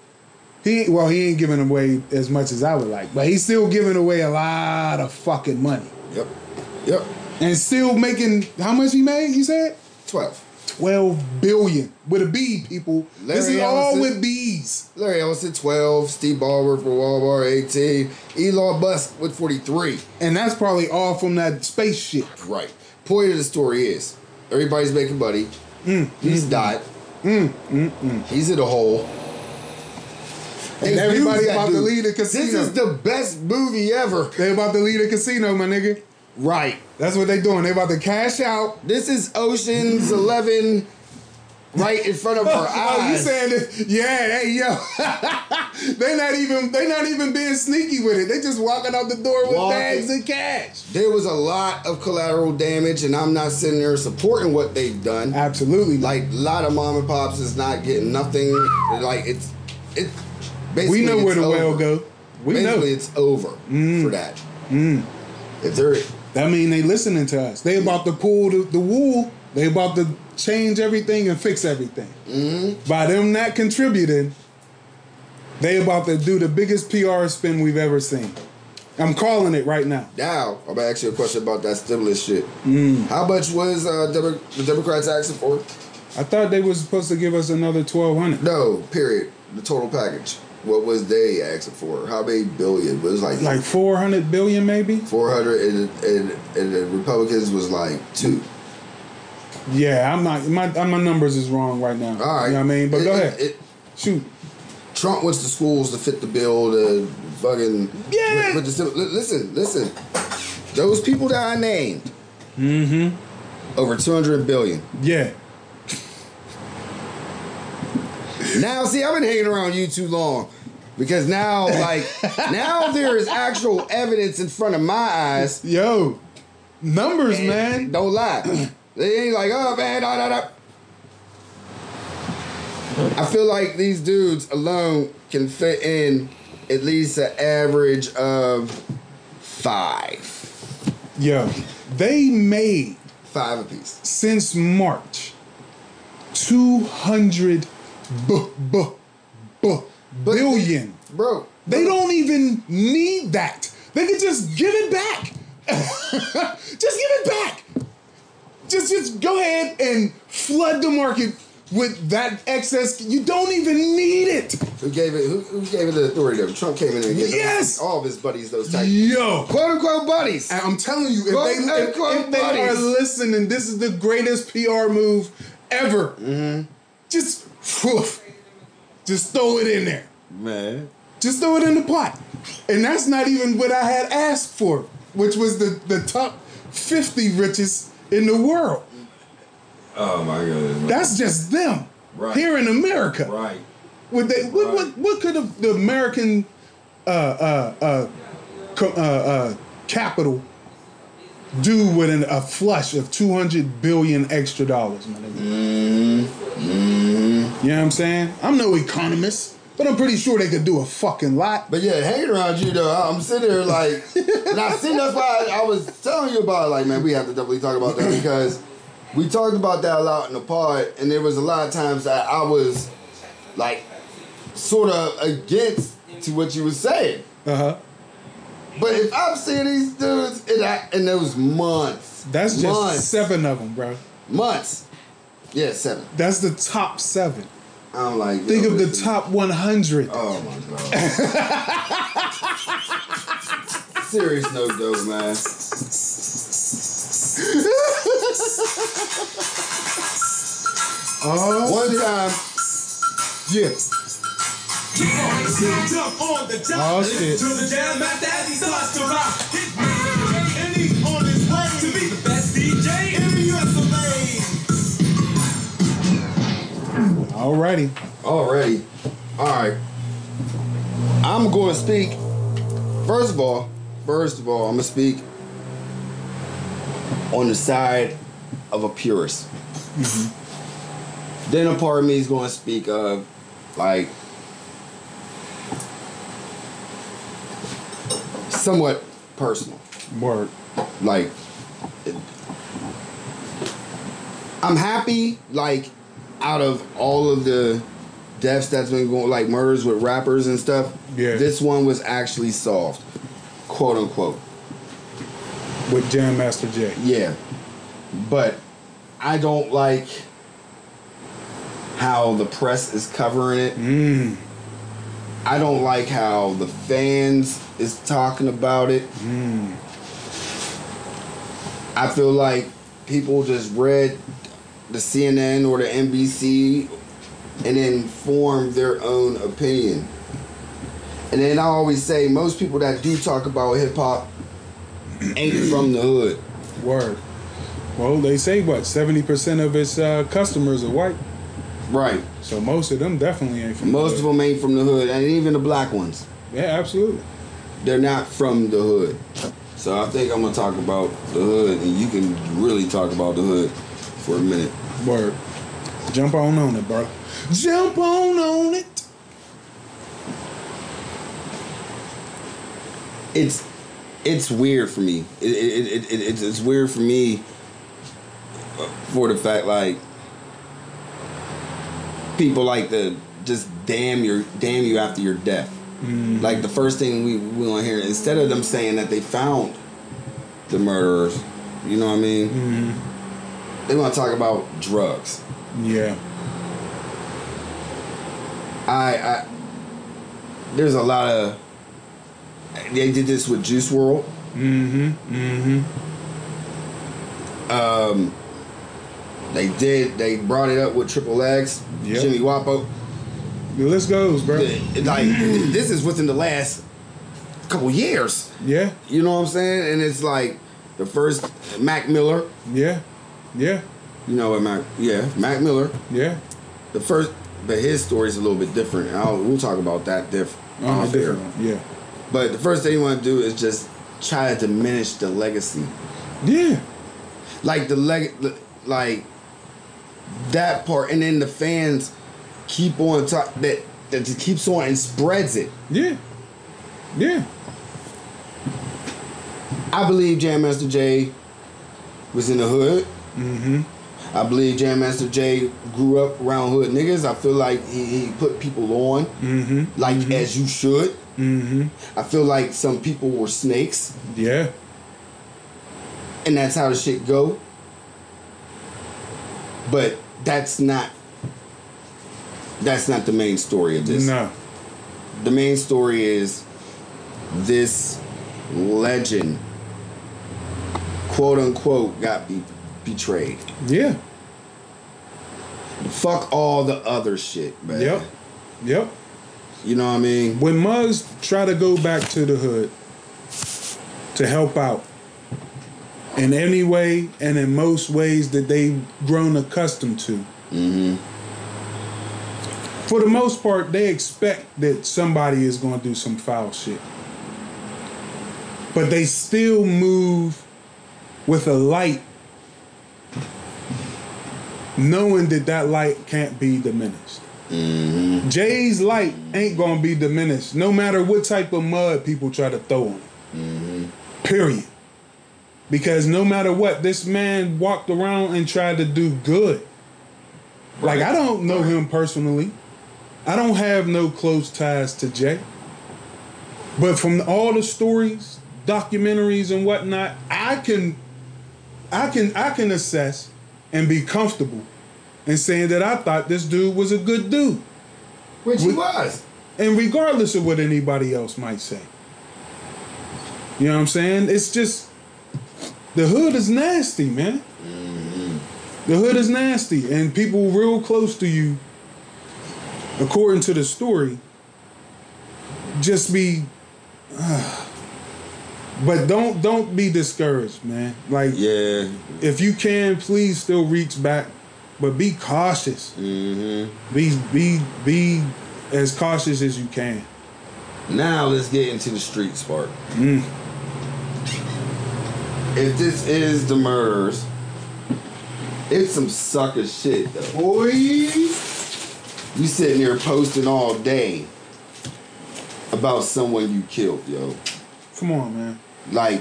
C: he well, he ain't giving away as much as I would like, but he's still giving away a lot of fucking money.
B: yep. Yep.
C: And still making how much he made, you said?
B: 12.
C: 12 billion with a B, people. this
B: Larry
C: is all
B: Ellison.
C: with B's.
B: Larry Ellison, 12. Steve Ballmer for Walmart, 18. Elon Musk with 43.
C: And that's probably all from that space shit.
B: Right. Point of the story is everybody's making money.
C: Mm.
B: He's
C: Mm-hmm.
B: not. He's in a hole.
C: And everybody
B: use that
C: about to
B: dude.
C: leave the
B: This
C: casino.
B: is the best movie ever.
C: they about to leave the casino, my nigga.
B: Right.
C: That's what they doing. They about to cash out.
B: This is Ocean's Eleven right in front of our
C: Oh, you
B: eyes.
C: saying that? Yeah, hey yo, they not even they not even being sneaky with it. They just walking out the door with
B: Walking.
C: bags of cash.
B: there was a lot of collateral damage, and I'm not sitting there supporting what they've done.
C: Absolutely,
B: like a lot of mom and pops is not getting nothing. Like it's it. Basically
C: we know Mm. where
B: it's
C: the well
B: over.
C: go. We
B: basically,
C: know.
B: it's over for that. If they're
C: That mean they listening to us. They about to pull the, the wool. They about to change everything and fix everything.
B: Mm-hmm.
C: By them not contributing, they about to do the biggest PR spin we've ever seen. I'm calling it right now.
B: Now, I'm gonna ask you a question about that stimulus shit.
C: Mm.
B: How much was uh, Demo- the Democrats asking for?
C: I thought they was supposed to give us another twelve hundred.
B: No, period. The total package. What was they asking for? How many billion? Was it like
C: Like four hundred billion maybe?
B: 400 and, and and the Republicans was like two.
C: Yeah, I'm not my my numbers is wrong right now.
B: All right.
C: You know what I mean? But
B: It-
C: go
B: it-
C: ahead.
B: it-
C: Shoot.
B: Trump wants the schools to fit the bill to fucking.
C: Yeah.
B: With, with the, li- listen, listen. Those people that I named. Mm-hmm.
C: Mm-hmm.
B: Over 200 billion.
C: Yeah.
B: Now, see, I've been hanging around you too long. Because now, like, now there is actual evidence in front of my eyes.
C: Yo. Numbers, man.
B: Don't lie. They ain't like, oh, man, da, da, da. I feel like these dudes alone can fit in at least an average of five.
C: Yo. They made
B: Five apiece.
C: since March 200 b- b- b- billion.
B: Bro.
C: They don't even need that. They could just give it back. just give it back. Just just go ahead and flood the market with that excess. You don't even need it.
B: Who gave it who, who gave it the authority of it? Trump came in and gave
C: Yes!
B: it all of his buddies those type
C: Yo.
B: quote unquote buddies.
C: And I'm telling you, if
B: Quote,
C: they, if,
B: unquote,
C: if they are
B: buddies.
C: listening, this is the greatest PR move ever.
B: Mm-hmm.
C: Just, phew, just throw it in there.
B: Man.
C: Just throw it in the pot. And that's not even what I had asked for, which was the, the top 50 richest in the world.
B: Oh my goodness.
C: That's just them
B: Right.
C: here in America.
B: right.
C: Would they, what, what,
B: Right.
C: what could have the American uh, uh, uh, co- uh, uh, capital do with an, a flush of 200 billion extra dollars, man? Mm-hmm. You know what I'm saying? I'm no economist, but I'm pretty sure they could do a fucking lot.
B: But yeah, hanging around you though, I'm sitting there like, and I see that's why I, I was telling you about it, like, man, we have to definitely talk about that because we talked about that a lot in the pod, and there was a lot of times that I was like, sort of against to what you were saying.
C: Uh huh.
B: But if I'm seeing these dudes in, I, in those months,
C: That's just
B: months,
C: seven of them, bro.
B: months. Yeah, seven.
C: That's the top seven.
B: I'm like,
C: Think
B: yo,
C: of the
B: listen.
C: top 100.
B: Oh my god. Serious no dope, man.
C: Oh,
B: One time,
C: yeah.
G: Jump on the job.
C: Oh, shit.
G: To the jam after as he starts to rock. Hit me. And he's on his way to be the best DJ in the US of A.
C: Alrighty.
B: already. All right. I'm going to speak. First of all, first of all, I'm going to speak on the side of a purist. Then a part of me is going to speak of like somewhat personal.
C: Word.
B: like it- I'm happy like out of all of the deaths that's been going like murders with rappers and stuff
C: Yeah.
B: this one was actually solved quote unquote
C: With Jam Master J.
B: yeah but I don't like how the press is covering it
C: Mm.
B: I don't like how the fans is talking about it. I feel like people just read the CNN or the NBC and then form their own opinion. And then I always say most people that do talk about hip hop ain't from the hood.
C: Word. Well, they say what? 70% of its uh, customers are white.
B: Right.
C: So most of them definitely ain't from
B: Most
C: the
B: of
C: hood.
B: them ain't from the hood, and even the black ones.
C: Yeah, absolutely.
B: they're not from the hood. So I think I'm gonna talk about the hood, and you can really talk about the hood for a minute.
C: Word. Jump on on it, bro. Jump on on it.
B: It's it's weird for me. It, it, it, it, it's, it's weird for me for the fact like people like to just damn your damn you after your death. Like the first thing we we gonna hear instead of them saying that they found the murderers, you know what I mean? They want to talk about drugs.
C: Yeah.
B: I, I there's a lot of they did this with Juice World. Mm-hmm. Mm-hmm. Um, they did. They brought it up with Triple X,
C: Yep.
B: Jimmy Wapo.
C: The list goes, bro.
B: Like this is within the last couple years.
C: Yeah.
B: You know what I'm saying? And it's like the first Mac Miller.
C: Yeah. Yeah.
B: You know what Mac? Yeah, Mac Miller.
C: Yeah.
B: The first, but his story's a little bit different. I'll, we'll talk about that diff-
C: On
B: off
C: a
B: air.
C: Oh, different one. Yeah.
B: But the first thing you want to do is just try to diminish the legacy.
C: Yeah.
B: Like the leg, like that part, and then the fans keep on top that that just keeps on and spreads it.
C: Yeah. Yeah.
B: I believe Jam Master Jay was in the hood. Mm-hmm. I believe Jam Master Jay grew up around hood niggas. I feel like he, he put people on, mm-hmm. like as you should. Mm-hmm. I feel like some people were snakes,
C: Yeah.
B: and that's how the shit go. But that's not that's not the main story of this.
C: No.
B: The main story is this legend, quote unquote, got be- betrayed.
C: Yeah.
B: Fuck all the other shit, man.
C: Yep. Yep.
B: You know what I mean?
C: When Muzz try to go back to the hood to help out in any way and in most ways that they've grown accustomed to. Mm-hmm. For the most part, they expect that somebody is going to do some foul shit. But they still move with a light, knowing that that light can't be diminished. Jay's light ain't gonna be diminished, no matter what type of mud people try to throw on it. Period. Because no matter what, this man walked around and tried to do good. Like I don't know him personally. I don't have no close ties to Jay. But from all the stories, documentaries and whatnot, I can I can I can assess and be comfortable in saying that I thought this dude was a good dude
B: Which he was.
C: and regardless of what anybody else might say. You know what I'm saying? It's just the hood is nasty, man. The hood is nasty, and people real close to you, according to the story, just be. but don't don't be discouraged, man. Like
B: Yeah.
C: if you can, please still reach back, but be cautious.
B: Mm-hmm.
C: Be be be as cautious as you can.
B: Now let's get into the streets part. If this is the murders, it's some sucker shit though.
H: Boys.
B: You sitting there posting all day about someone you killed, yo.
C: Come on, man.
B: Like,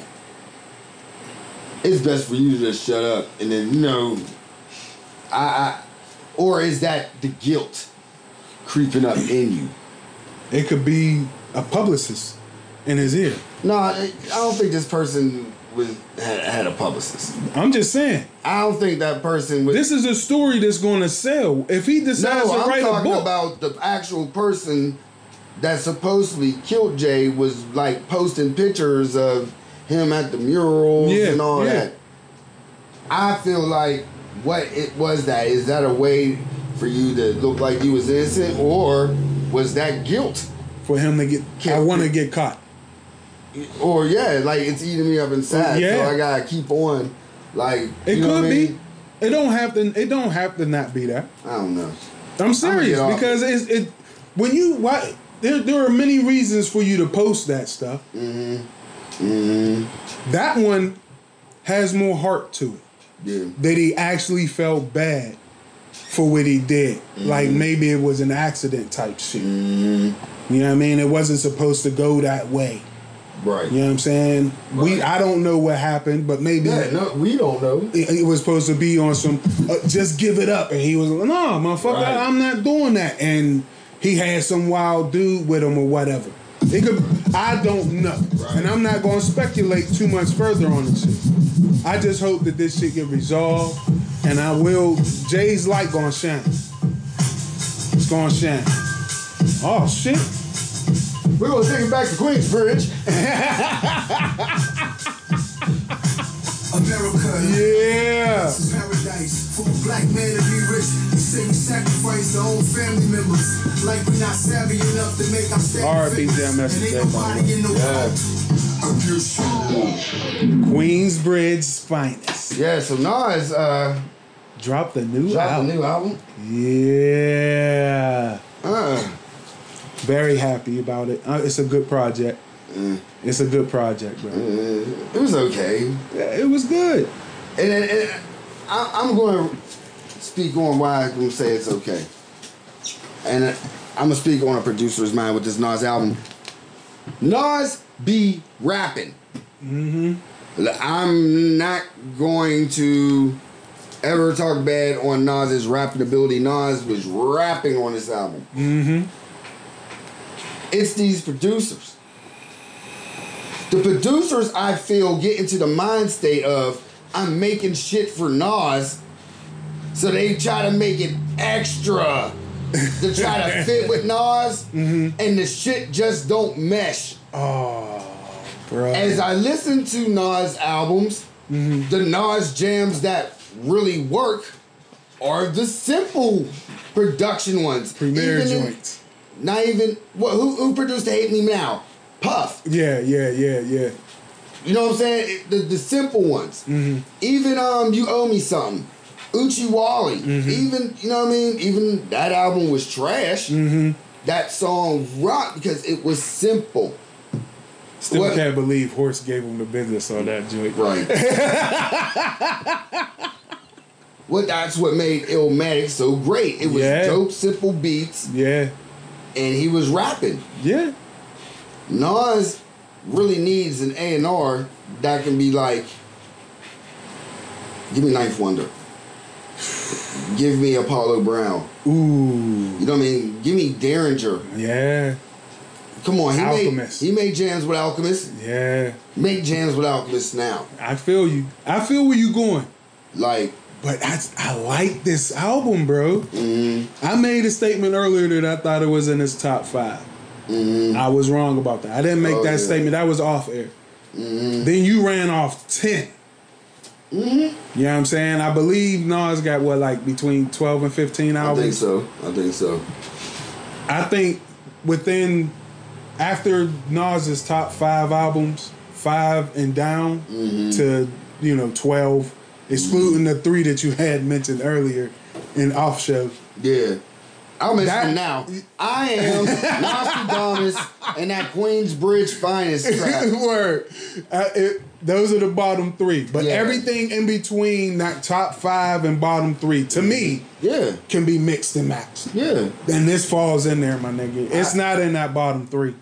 B: it's best for you to just shut up and then you know, I, I or is that the guilt creeping up in you?
C: It could be a publicist in his ear.
B: No, I I don't think this person was had, had a publicist.
C: I'm just saying.
B: I don't think that person was.
C: This is a story that's going to sell. If he decides
B: no,
C: to
B: I'm
C: write a
B: talking
C: book,
B: about the actual person that supposedly killed Jay was like posting pictures of him at the murals
C: Yeah,
B: and all
C: yeah.
B: that. I feel like what it was that is that a way for you to look like you was innocent or was that guilt?
C: for him to get, I want to get caught.
B: Or yeah, like it's eating me up inside,
C: Yeah.
B: so I gotta keep on. Like
C: It
B: you know
C: could
B: what I
C: be.
B: mean?
C: It don't have to. It don't have to not be that.
B: I don't know.
C: I'm serious
B: off.
C: because it's it when you why there there are many reasons for you to post that stuff.
B: Mm-hmm.
C: That one has more heart to it
B: Yeah,
C: that he actually felt bad for what he did.
B: Mm-hmm.
C: Like maybe it
B: Mm-hmm.
C: was an accident type shit. You know what I mean? It wasn't supposed to go that way.
B: Right.
C: You know what I'm saying? We I don't know what happened, but maybe
B: Yeah, no, we don't know.
C: it, it was supposed to be on some uh, just give it up and he was like no motherfucker
B: Right.
C: i'm not doing that and he had some wild dude with him or whatever it could i don't know
B: Right.
C: and i'm not going to speculate too much further on this shit i just hope that this shit get resolved and i will jay's light gonna shine it's gonna shine oh shit
B: We're gonna take it back to Queensbridge.
I: America.
C: yeah
I: This is paradise for a black man to be rich. They say we sacrifice our own family members. Like we're not savvy enough to make our stand.
C: R.I.P.
I: fitness.
C: Jam Master
I: And
C: Jay,
I: ain't
C: by the
I: nobody in the world. Abuse.
C: queensbridge's finest
B: Yeah, so Nas uh,
C: drop the new
B: dropped a
C: album
B: new album.
C: Yeah.
B: Uh,
C: Very happy about it. Uh, it's a good project. It's a good project, bro.
B: it was okay.
C: Yeah, It was good.
B: And, and, and I, I'm going to speak on why I'm going to say it's okay. And I'm going to speak on a producer's mind with this Nas album. Nas be rapping. Mm-hmm. I'm not going to ever talk bad on Nas's rapping ability. Nas was rapping on this album. Mm-hmm. It's these producers. The producers, I feel, get into the mind state of I'm making shit for Nas, so they try to make it extra to try to fit with Nas, and the shit just don't mesh.
C: Bro.
B: As I listen to Nas albums, the Nas jams that really work are the simple production ones.
C: Premiere
B: Even in-
C: joints.
B: Not even what? Who, who produced the Hate Me Now? Puff.
C: Yeah, yeah, yeah, yeah.
B: You know what I'm saying? It- The, the simple ones. Even um, you owe me something. Uchi Wally. Even you know what I mean. Even that album was trash. That song rocked because it was simple.
C: Still
B: What-
C: can't believe Horse gave him the business on that joint.
B: Right. well, that's what made Illmatic so great. It was
C: Yeah.
B: dope, simple beats,
C: Yeah.
B: and he was rapping.
C: Yeah.
B: Nas really needs an A and R that can be like, give me Knife Wonder, give me Apollo Brown.
C: Ooh.
B: You know what I mean? Give me Derringer.
C: Yeah.
B: Come on, he
C: Alchemist.
B: made he made jams with Alchemist.
C: Yeah.
B: Make jams with Alchemist now.
C: I feel you. I feel where you going.
B: Like
C: But I, I like this album, bro.
B: Mm-hmm.
C: I made a statement earlier that I thought it was in his top 5 I was wrong about that. I didn't make
B: Mm-hmm. Oh,
C: that
B: yeah. Mm-hmm.
C: statement. That was off air. Then you ran off 10. You know what I'm saying? I believe Nas got what, like between 12 and 15
B: I
C: albums?
B: think so. I think so.
C: I think within after Nas's top five albums, five and down
B: Mm-hmm.
C: to you know twelve, excluding the three that you had mentioned earlier in off show.
B: Yeah. I'll miss
C: That-
B: him now. I am Nostradamus and that Queensbridge finest crap.
C: Word, uh, it, those are the bottom three, but
B: Yeah.
C: everything in between that top five and bottom three to me
B: Yeah.
C: can be mixed and matched.
B: Yeah.
C: And this falls in there, my nigga. It's not in that bottom three.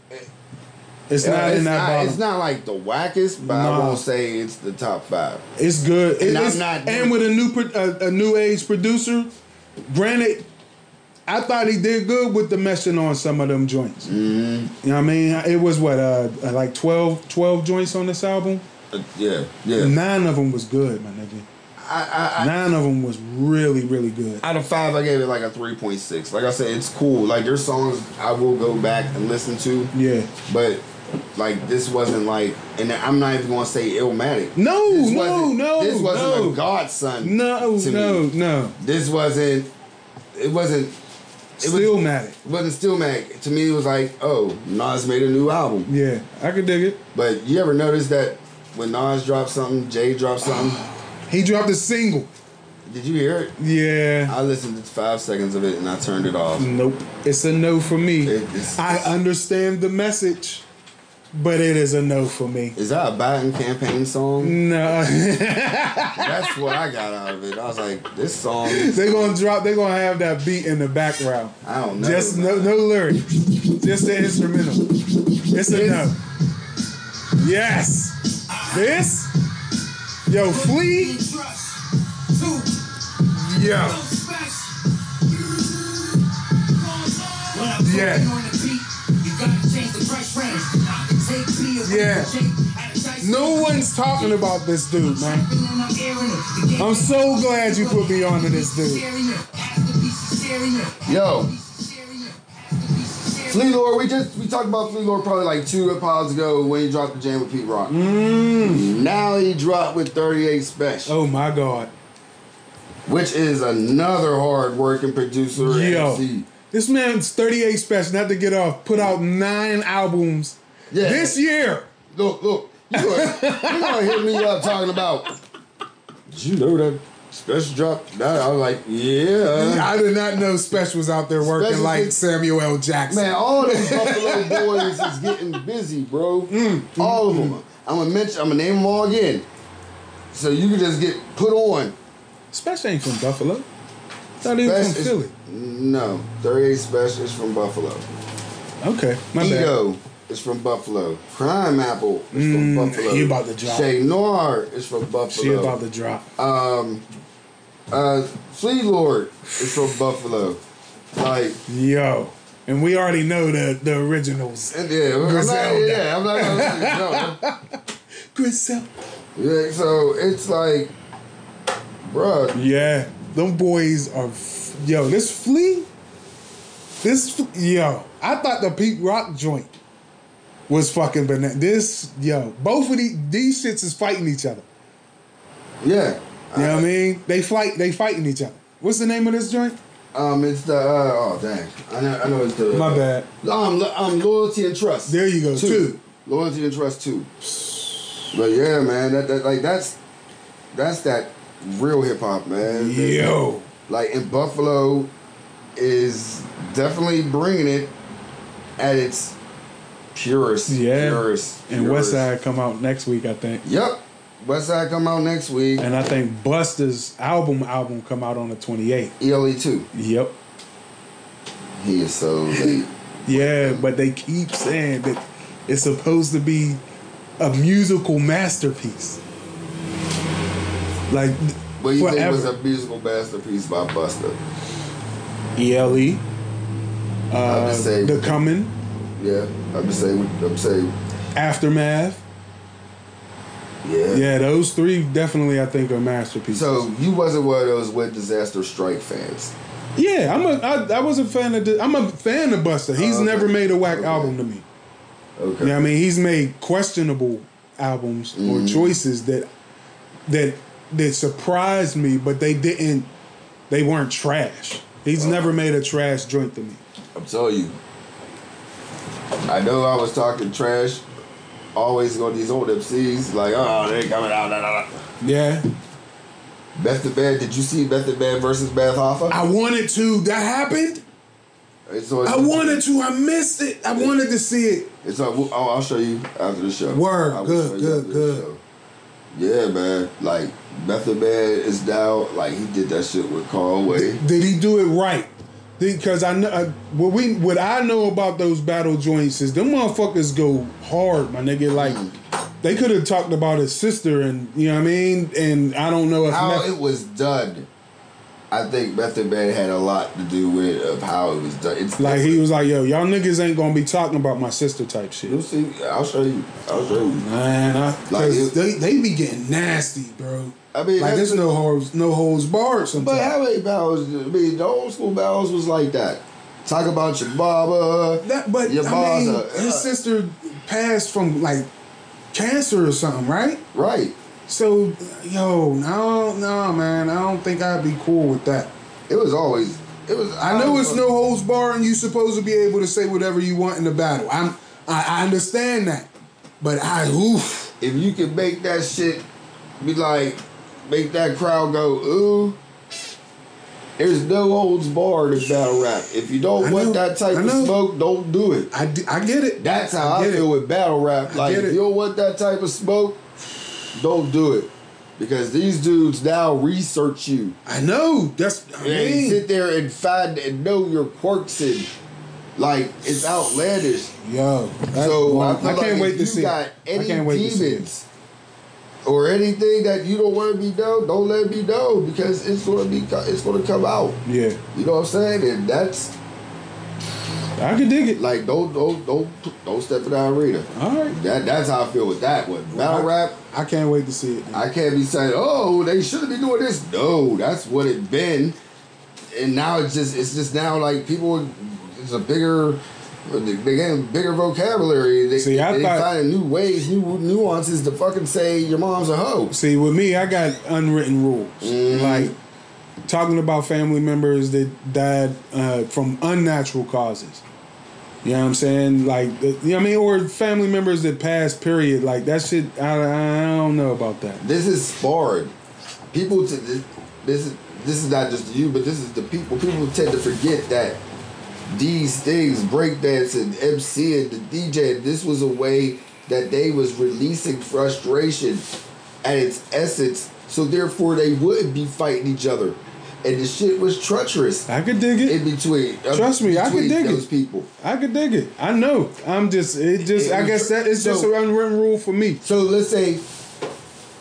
C: It's not
B: it's,
C: in that
B: not,
C: bottom.
B: it's not like the wackest, but I
C: Nah.
B: won't say it's the top five.
C: It's good. It
B: And I'm
C: is-
B: not-
C: and with a new pro- a, a new age producer, granted, I thought he did good with the meshing on some of them joints.
B: Mm-hmm.
C: You know what I mean? It was what uh like 12, 12 joints on this album.
B: Uh, yeah. Yeah.
C: Nine of them was good, my nigga.
B: I,
C: Nine of them was really really good.
B: I, out of five, I gave it like a 3.6. Like I said, it's cool. Like their songs, I will go back and listen to.
C: Yeah.
B: But like this wasn't like, and I'm not even gonna say Illmatic.
C: No,
B: This
C: no,
B: wasn't-
C: no,
B: This wasn't
C: no.
B: a godson.
C: No,
B: to me.
C: no, no.
B: This wasn't. It wasn't. It was-
C: Still mad
B: It wasn't still Mac. To me, it was like, oh, Nas made a new album.
C: Yeah, I could dig it.
B: But you ever notice that when Nas drops something, Jay drops something?
C: He dropped a single.
B: Did you hear it?
C: Yeah.
B: I listened to five seconds of it and I turned it off.
C: Nope. It's a no for me.
B: It- it's-
C: I understand the message, but it is a no for me.
B: Is that a Biden campaign song?
C: No.
B: That's what I got out of it. I was like, this song. is-
C: they're gonna drop they're gonna have that beat in the background.
B: I don't know.
C: Just no no lyrics. Just the instrumental. It's a no. Yes. This. Yo, Flea. Yo. Yeah. Yeah.
I: Yeah.
C: No one's talking about this dude, man. I'm so glad you put me onto this dude.
B: Yo. Flea Lord, we just we talked about Flea Lord probably like two hip pods ago when he dropped the jam with Pete Rock.
C: Mm.
B: Now he dropped with 38 Special,
C: Oh my God. Oh.
B: which is another hard working producer and
C: Yo.
B: MC.
C: This man's 38 special, not to get off, put out nine albums
B: Yeah.
C: this year.
B: Look, look, you gonna, you gonna hit me up talking about? Did you know that special drop? That I was like, yeah.
C: I did not know Special was out there working
B: Special
C: like
B: did-
C: Samuel L. Jackson.
B: Man, all these Buffalo boys is getting busy, bro.
C: Mm.
B: all of them. I'm gonna mention. I'm gonna name them all again, so you can just get put on.
C: Special ain't from Buffalo. Thought he was
B: Special
C: from
B: is-
C: Philly.
B: No, 38 Special is from Buffalo.
C: Okay, my bad.
B: Ego is from Buffalo. Crime Apple is from Buffalo.
C: he Mm, about to drop.
B: Shay Noir is from Buffalo.
C: She about to drop.
B: uh, Flea Lord is from Buffalo. Like,
C: Yo, and we already know the the originals.
B: and yeah, I'm not,
C: Griselda.
B: yeah, I'm not gonna say
C: Griselda.
B: no. Yeah, so it's like, bruh,
C: Yeah, them boys are. F- yo, this flea. This F- yo, I thought the Pete Rock joint was fucking banana. This yo, both of these these shits is fighting each other.
B: yeah.
C: You know what I mean? They fight. They fighting each other. What's the name of this joint?
B: Um, it's the uh, oh dang, I know, I know it's the
C: My bad.
B: Um, lo- um, loyalty and trust.
C: There you go, two.
B: Loyalty and trust two. But yeah, man, that, that like that's that's that real hip hop, man.
C: Yo,
B: like in Buffalo is definitely bringing it at its purest.
C: yeah.
B: Purest.
C: and
B: purest.
C: Westside come out next week, I think.
B: Yep. Westside come out next week.
C: And I think Buster's album album come out on the twenty eighth.
B: ELE E two.
C: Yep.
B: He is so late.
C: Yeah, but they keep saying that it's supposed to be a musical masterpiece. Like
B: What do you think was
C: forever.
B: a musical masterpiece by Buster?
C: ELE,
B: I'm
C: E uh,
B: just saying.
C: The Coming,
B: yeah. I'm just saying. I'm saying.
C: Aftermath.
B: Yeah.
C: Yeah, those three definitely I think are masterpieces.
B: So you wasn't one of those Wet Disaster Strike fans.
C: yeah, I'm a I, I was a fan of the, I'm a fan of Buster. He's
B: Oh, Okay.
C: never made a whack
B: Okay.
C: album to me.
B: Okay.
C: Yeah, I mean he's made questionable albums or
B: Mm.
C: choices that that that surprised me, but they didn't they weren't trash. He's never made a trash joint to me.
B: I'm telling you. I know I was talking trash. Always on these old MCs, like, oh, they coming out. Nah, nah, nah.
C: Yeah.
B: Method Man, did you see Method Man versus Bath Hoffa?
C: I wanted to. That happened.
B: It's on,
C: I wanted to. I missed it. I wanted to see it.
B: It's on, oh, I'll show you after the show.
C: Word.
B: I will
C: Good,
B: show you
C: good,
B: after the
C: good.
B: show. Yeah, man. Like, Method Man is now, like, he did that shit with Conway.
C: Did he do it right? Because I know uh, what we what I know about those battle joints is them motherfuckers go hard, my nigga. Like they could have talked about his sister and you know what I mean. And I don't know if
B: how
C: Meth-
B: it was done, I think Method Man had a lot to do with of how it was done. It's
C: Like he was like, yo, y'all niggas ain't gonna be talking about my sister type
B: You'll
C: shit.
B: see. I'll show you. I'll show you.
C: Man, I, 'cause
B: Like, it-
C: they they be getting nasty, bro.
B: I mean,
C: like
B: that's-
C: there's no holds no holds barred
B: But
C: sometimes.
B: how many battles? I mean, the old school battles was like that. Talk about your mama.
C: that, but
B: your uh,
C: I
B: mom's
C: mean,
B: a-
C: his sister passed from like cancer or something, right?
B: right.
C: So, yo, no, no, man, I don't think I'd be cool with that.
B: It was always. It was.
C: I know it's no holds barred, and you supposed to be able to say whatever you want in the battle. I'm, I, I understand that, but I, oof,
B: If you can make that shit, be like, make that crowd go ooh. There's no holds barred in battle rap. If you don't
C: I
B: want
C: know.
B: that type
C: I
B: of
C: know.
B: smoke, don't do it.
C: I, d- I get it.
B: That's how I,
C: get it.
B: feel with battle rap. Like,
C: get
B: if
C: it.
B: you don't want that type of smoke, don't do it. Because these dudes now research you.
C: I know. That's I
B: They
C: mean,
B: sit there and find and know your quirks and Like it's outlandish.
C: Yo, that-
B: So
C: well,
B: I, feel like if you got any demons or anything that you don't want to be known, don't let me know because it's gonna be it's gonna come out.
C: Yeah,
B: You know what I'm saying? And that's
C: I can dig it.
B: like don't don't don't don't step in that arena.
C: All right,
B: That that's how I feel with that one. Battle rap,
C: I can't wait to see it.
B: I can't be saying, oh, they shouldn't be doing this. No, that's what it been, and now it's just it's just now like people, it's a bigger, they they getting bigger vocabulary. They,
C: See, I
B: they
C: thought-
B: finding new ways, new nuances to fucking say your mom's a hoe.
C: See, with me, I got unwritten rules.
B: Mm.
C: Like talking about family members that died uh, from unnatural causes. You know what I'm saying? Like, the, you know what I mean? Or family members that passed, period. Like, that shit, I, I don't know about that.
B: This is sparring. People to this, this is this is not just you, but this is the people. People tend to forget that these things, breakdancing, MC and the DJ, this was a way that they was releasing frustration at its essence. So therefore, they wouldn't be fighting each other, and the shit was treacherous
C: I could dig it.
B: in between.
C: Uh,
B: uh,
C: Trust me, I can
B: between
C: dig it.
B: those people.
C: I could dig it. I know. I'm just, it just, I guess that it's just
B: So-
C: an unwritten rule for me.
B: So let's say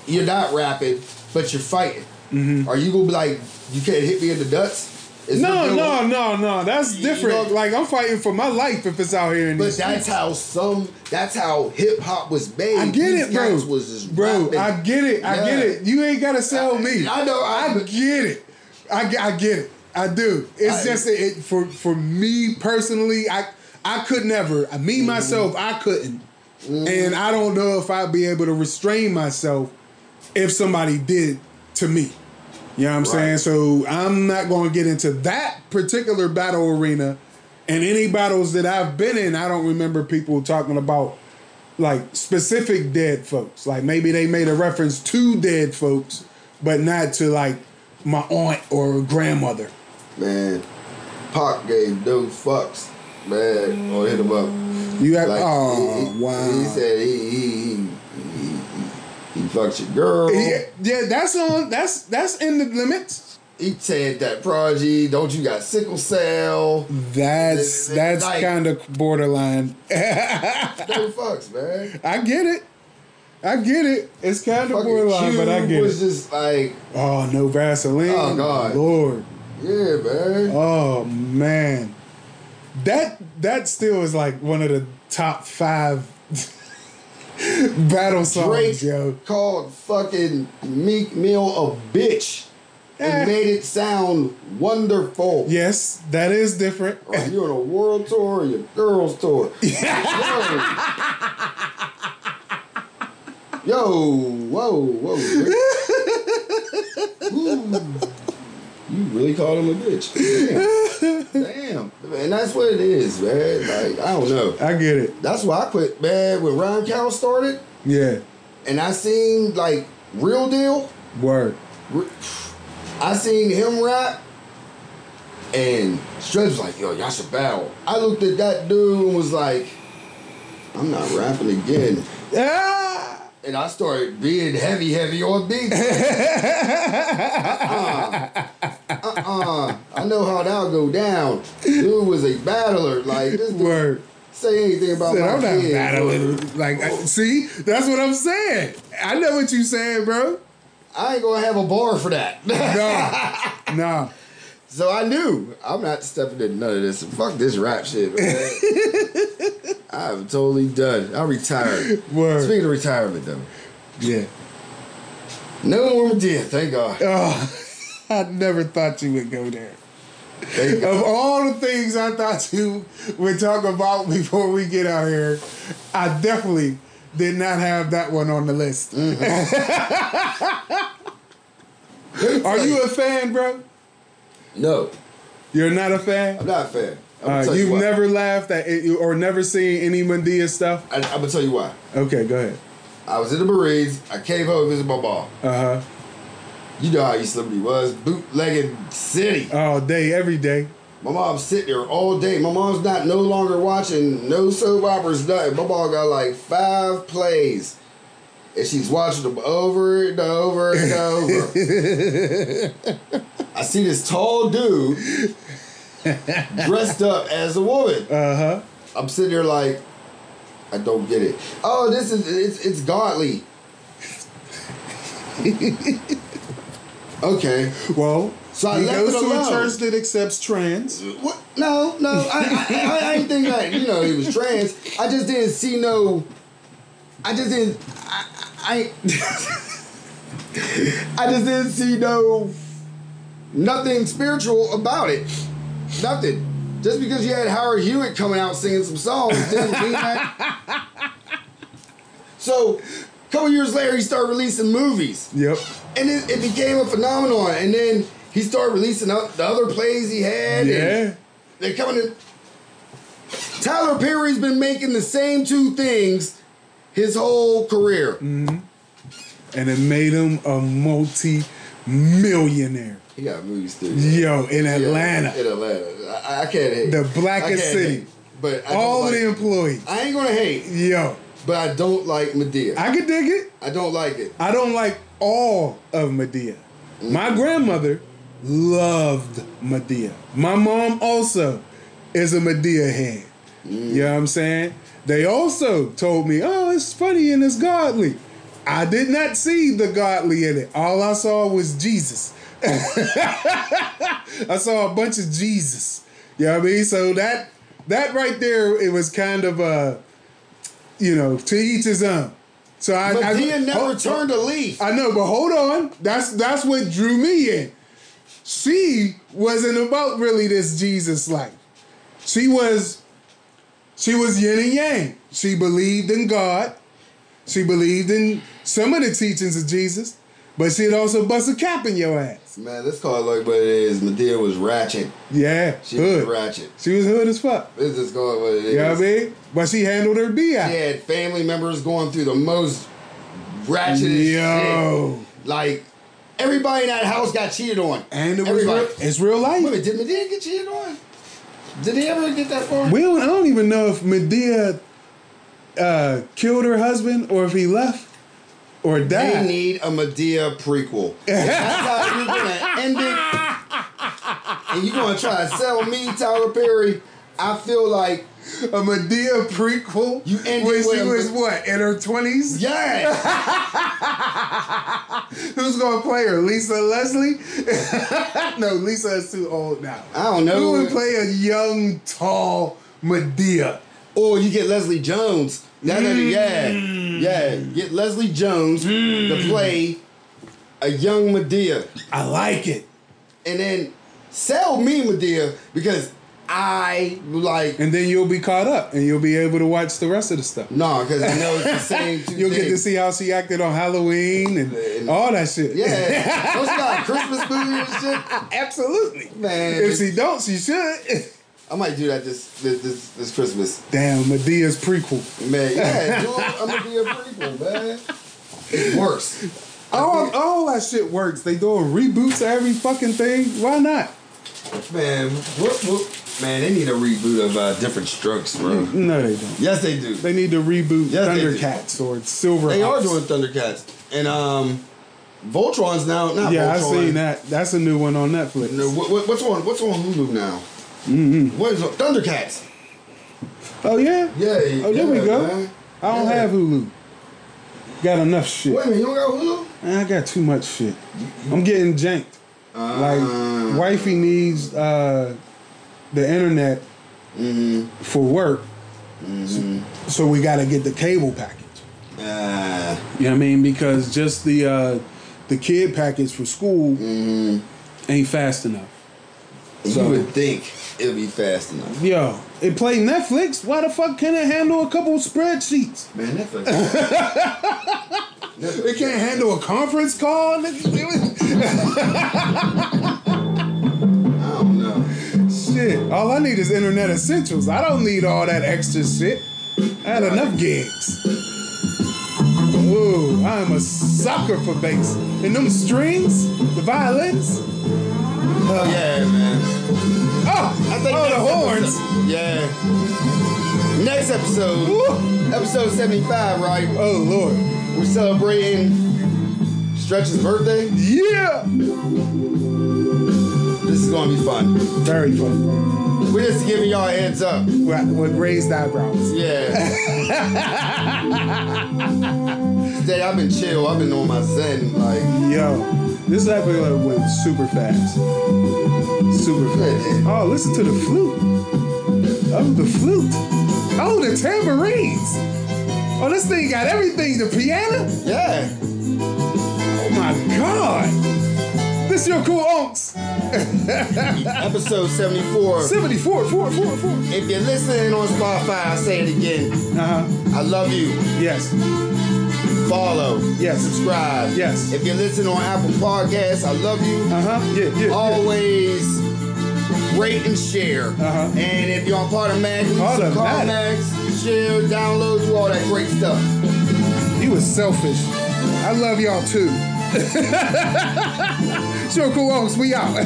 B: you're not rapping, but you're fighting. Are you gonna be like, you can't hit me in the nuts? It's
C: Mm-hmm. No,
B: nothing wrong.
C: no, no, no. That's
B: You
C: different.
B: know-
C: Like, I'm fighting for my life if it's out here in
B: But
C: these
B: that's
C: streets.
B: how some. That's how hip hop was made.
C: I get
B: These
C: it, bro.
B: cats Was just
C: bro,
B: rapping.
C: I get it. I get
B: Yeah.
C: it. You ain't gotta sell
B: I-
C: me.
B: I know,
C: I,
B: I-
C: get it. I, get- I get it. I do. It's
B: I-
C: just that it for for me personally. I I could never. Me
B: Mm-hmm.
C: myself, I couldn't. And I don't know if I'd be able to restrain myself if somebody did to me. You know what I'm saying?
B: Right.
C: So I'm not going to get into that particular battle arena. And any battles that I've been in, I don't remember people talking about like specific dead folks. Like maybe they made a reference to dead folks, but not to like my aunt or grandmother.
B: man. Pac gave no fucks, man. Or hit him up.
C: You have
B: Like,
C: oh
B: he, he-
C: wow.
B: He said he he he, he, he fucked your girl.
C: yeah, yeah, that's on. That's that's in the limits.
B: He said that prodigy. Don't you got sickle cell?
C: That's
B: Th- th-
C: that's
B: like-
C: kind of borderline.
B: No fucks, man.
C: I get it. I get it. It's kind of
B: Fucking
C: borderline,
B: Cube
C: but I get
B: was
C: it.
B: just like,
C: Oh no, Vaseline.
B: Oh, God.
C: Lord.
B: yeah, man.
C: Oh man, that that still is like one of the top five battle songs,
B: Drake
C: yo.
B: called fucking Meek Mill a bitch
C: Eh.
B: and made it sound wonderful.
C: Yes, that is different.
B: Or you're on a world tour or your girls tour. Yo. Yo, whoa, whoa. Drake. Ooh. You really called him a bitch. Damn. Damn. And that's what it is, man. Like, I don't know.
C: I get it.
B: That's why I quit, man. When Ryan Cowell started,
C: Yeah,
B: and I seen like real deal.
C: word.
B: re- I seen him rap, and Stretch was like, "Yo, y'all should battle." I looked at that dude and was like, "I'm not rapping again."
C: Ah!
B: And I started being heavy, heavy on beats. uh, uh, I know how that'll go down. Dude was a battler. Like, this dude
C: Word.
B: say anything about
C: Said,
B: my
C: I'm not
B: kid.
C: battling. Like, I- see, that's what I'm saying. I know what you saying, bro.
B: I ain't gonna have a bar for that.
C: No, no.
B: So I knew I'm not stepping in none of this. Fuck this rap shit, man. I'm totally done. I retired.
C: Word.
B: Speaking of retirement, though,
C: Yeah.
B: no more death. Thank God.
C: Oh, I never thought you would go there.
B: Thank God.
C: Of all the things I thought you would talk about before we get out here, I definitely did not have that one on the list.
B: Mm.
C: Are you a fan, bro?
B: No,
C: You're not a
B: I'm
C: fan.
B: not a fan. I'm
C: Uh,
B: gonna tell
C: you've
B: you why.
C: never laughed at it or never seen any Mandia stuff.
B: I, I'm gonna tell you why.
C: Okay, go ahead.
B: I was in the Marines. I came home to visit my mom.
C: Uh huh.
B: You know how East Liberty was bootlegging city.
C: All day, every day.
B: My mom's sitting there all day. My mom's not no longer watching no soap operas, nothing. My mom got like five plays. And she's watching them over and over and over. I see this tall dude dressed up as a woman.
C: Uh huh.
B: I'm sitting there like, I don't get it. Oh, this is it's it's godly. okay.
C: Well,
B: So I
C: he
B: left
C: goes
B: it
C: to
B: alone. Mm-hmm.
C: a church that accepts trans.
B: What? No, no. I, I, I, I didn't think that you know he was trans. I just didn't see no. I just didn't. I. I, I just didn't see no. Nothing spiritual about it. Nothing. Just because you had Howard Hewitt coming out singing some songs doesn't mean that. So, a couple years later, he started releasing movies
C: Yep.
B: and it, it became a phenomenon. And then he started releasing o- the other plays he had.
C: Yeah.
B: And they're coming in. Tyler Perry's been making the same two things his whole career.
C: And it made him a multi-millionaire.
B: He got a movie studio.
C: Yo, in
B: Yeah,
C: Atlanta,
B: In Atlanta. I, I can't hate.
C: The
B: I
C: blackest
B: can't
C: city.
B: hate, but I don't
C: all of
B: like-
C: the employees.
B: I ain't gonna hate,
C: Yo,
B: but I don't like Medea. I,
C: I could dig it.
B: don't like it.
C: I don't like all of Medea. My grandmother loved Medea. My mom also is a Medea head. You know what I'm saying? They also told me, oh, it's funny and it's godly. I did not see the godly in it. All I saw was Jesus. I saw a bunch of Jesus. You know what I mean? So that that right there, it was kind of uh, you know, to each his own. So I, I
B: Medea never
C: Hold-
B: turned a leaf.
C: I know, but hold on. That's that's what drew me in. She wasn't about really this Jesus life. She was she was yin and yang. She believed in God. She believed in some of the teachings of Jesus, but she'd also bust a cap in your ass.
B: Man, let's call it like what it is. Medea was ratchet.
C: Yeah,
B: She was
C: hood.
B: ratchet.
C: She was hood as fuck.
B: Let's just call it what it is.
C: You know what I mean? But she handled her bi.
B: She had family members going through the most ratchet
C: Yo.
B: shit. Like everybody in that house got cheated on.
C: And it was
B: everybody.
C: real, it's real life.
B: Wait, did Medea get cheated on? Did they ever get that far?
C: We don't, I don't even know if Medea uh, killed her husband or if he left or
B: they
C: died.
B: need a Medea prequel. If That's how you're gonna end it. And you're gonna try to sell me Tyler Perry. I feel like
C: A Medea prequel
B: You ended
C: when she
B: with a-
C: was what in her twenties?
B: yes.
C: Who's gonna play her? Lisa Leslie? no, Lisa is too old now.
B: I don't know.
C: Who would play a young, tall Medea?
B: Or you get Leslie Jones. That, that- yeah, yeah. Get Leslie Jones to play a young Medea,
C: I like it.
B: and then sell me Medea because I like
C: And then you'll be caught up, and you'll be able to watch the rest of the stuff.
B: no because I know it's the same. Two
C: You'll get to
B: things.
C: see how she acted on Halloween and
B: And-
C: all that shit.
B: Yeah, don't you got a Christmas movie and shit?
C: absolutely.
B: Man,
C: If she don't, she should.
B: I might do that this this this, this Christmas.
C: Damn, Medea's prequel.
B: Man, yeah, dude, I'm gonna be a prequel, man. It's worse.
C: All, all that shit works. They doing reboots of every fucking thing. Why not?
B: Man, whoop, whoop. man, they need a reboot of uh, different strokes, bro.
C: No, they don't.
B: Yes, they do.
C: They need to reboot
B: Yes, they do.
C: Thundercats or Silver.
B: They are
C: Hawks.
B: doing Thundercats. And um Voltron's now not
C: Yeah, I
B: Voltron.
C: seen that. That's a new one on Netflix.
B: No, what- what- what's on what's on Hulu now?
C: Mm-hmm.
B: What is on Thundercats?
C: Oh yeah.
B: Yeah.
C: Oh, there we
B: yeah,
C: go.
B: man.
C: I don't
B: Yeah.
C: have Hulu. Got enough shit.
B: Wait a minute, you don't got Hulu?
C: I got too much shit. I'm getting janked. like wifey needs uh, the internet for work, so, so we got to get the cable package.
B: Uh,
C: You know what I mean? Because just the uh, the kid package for school Mm-hmm. ain't fast enough.
B: you would think it'd be fast enough.
C: Yo, it play Netflix. Why the fuck can't it handle a couple spreadsheets?
B: Man, Netflix.
C: It can't handle a conference call. nigga.
B: I don't know.
C: shit, all I need is internet essentials. I don't need all that extra shit. I had enough gigs. Ooh, I am a sucker for bass. And them strings, the violins.
B: Oh yeah, man.
C: Oh,
B: I think
C: oh, the
B: next
C: horns.
B: episode- yeah. Next episode,
C: Woo.
B: episode seventy-five, right?
C: Oh Lord.
B: We're celebrating Stretch's birthday.
C: Yeah.
B: This is gonna be fun.
C: Very fun.
B: We're just giving y'all a heads up.
C: With, with raised eyebrows.
B: Yeah. Today I've been chill. I've been on my zen. Like,
I: Yo, this episode went super fast. Super fast. Oh, listen to the flute. Oh, the flute.
C: Oh, the tambourines. Oh, this thing got everything. The piano.
B: yeah.
C: Oh my God. This your cool unks.
B: Episode 74.
C: 74, 4, 4, 4.
B: If you're listening on Spotify, I'll say it again.
I: Uh-huh.
B: I love you.
I: Yes.
B: Follow.
I: Yes.
B: Subscribe.
I: Yes.
B: If you're listening on Apple Podcasts, I love you.
I: Uh-huh. Yeah, yeah. yeah.
B: Always rate and share.
I: Uh-huh.
B: And if you're on part of Mag, leave some
I: Automatic.
B: comments, share, download, do all that great stuff.
C: You was selfish. I love y'all too. sure, cool unks. We out. I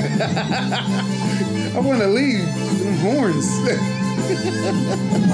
C: want to leave. Them horns.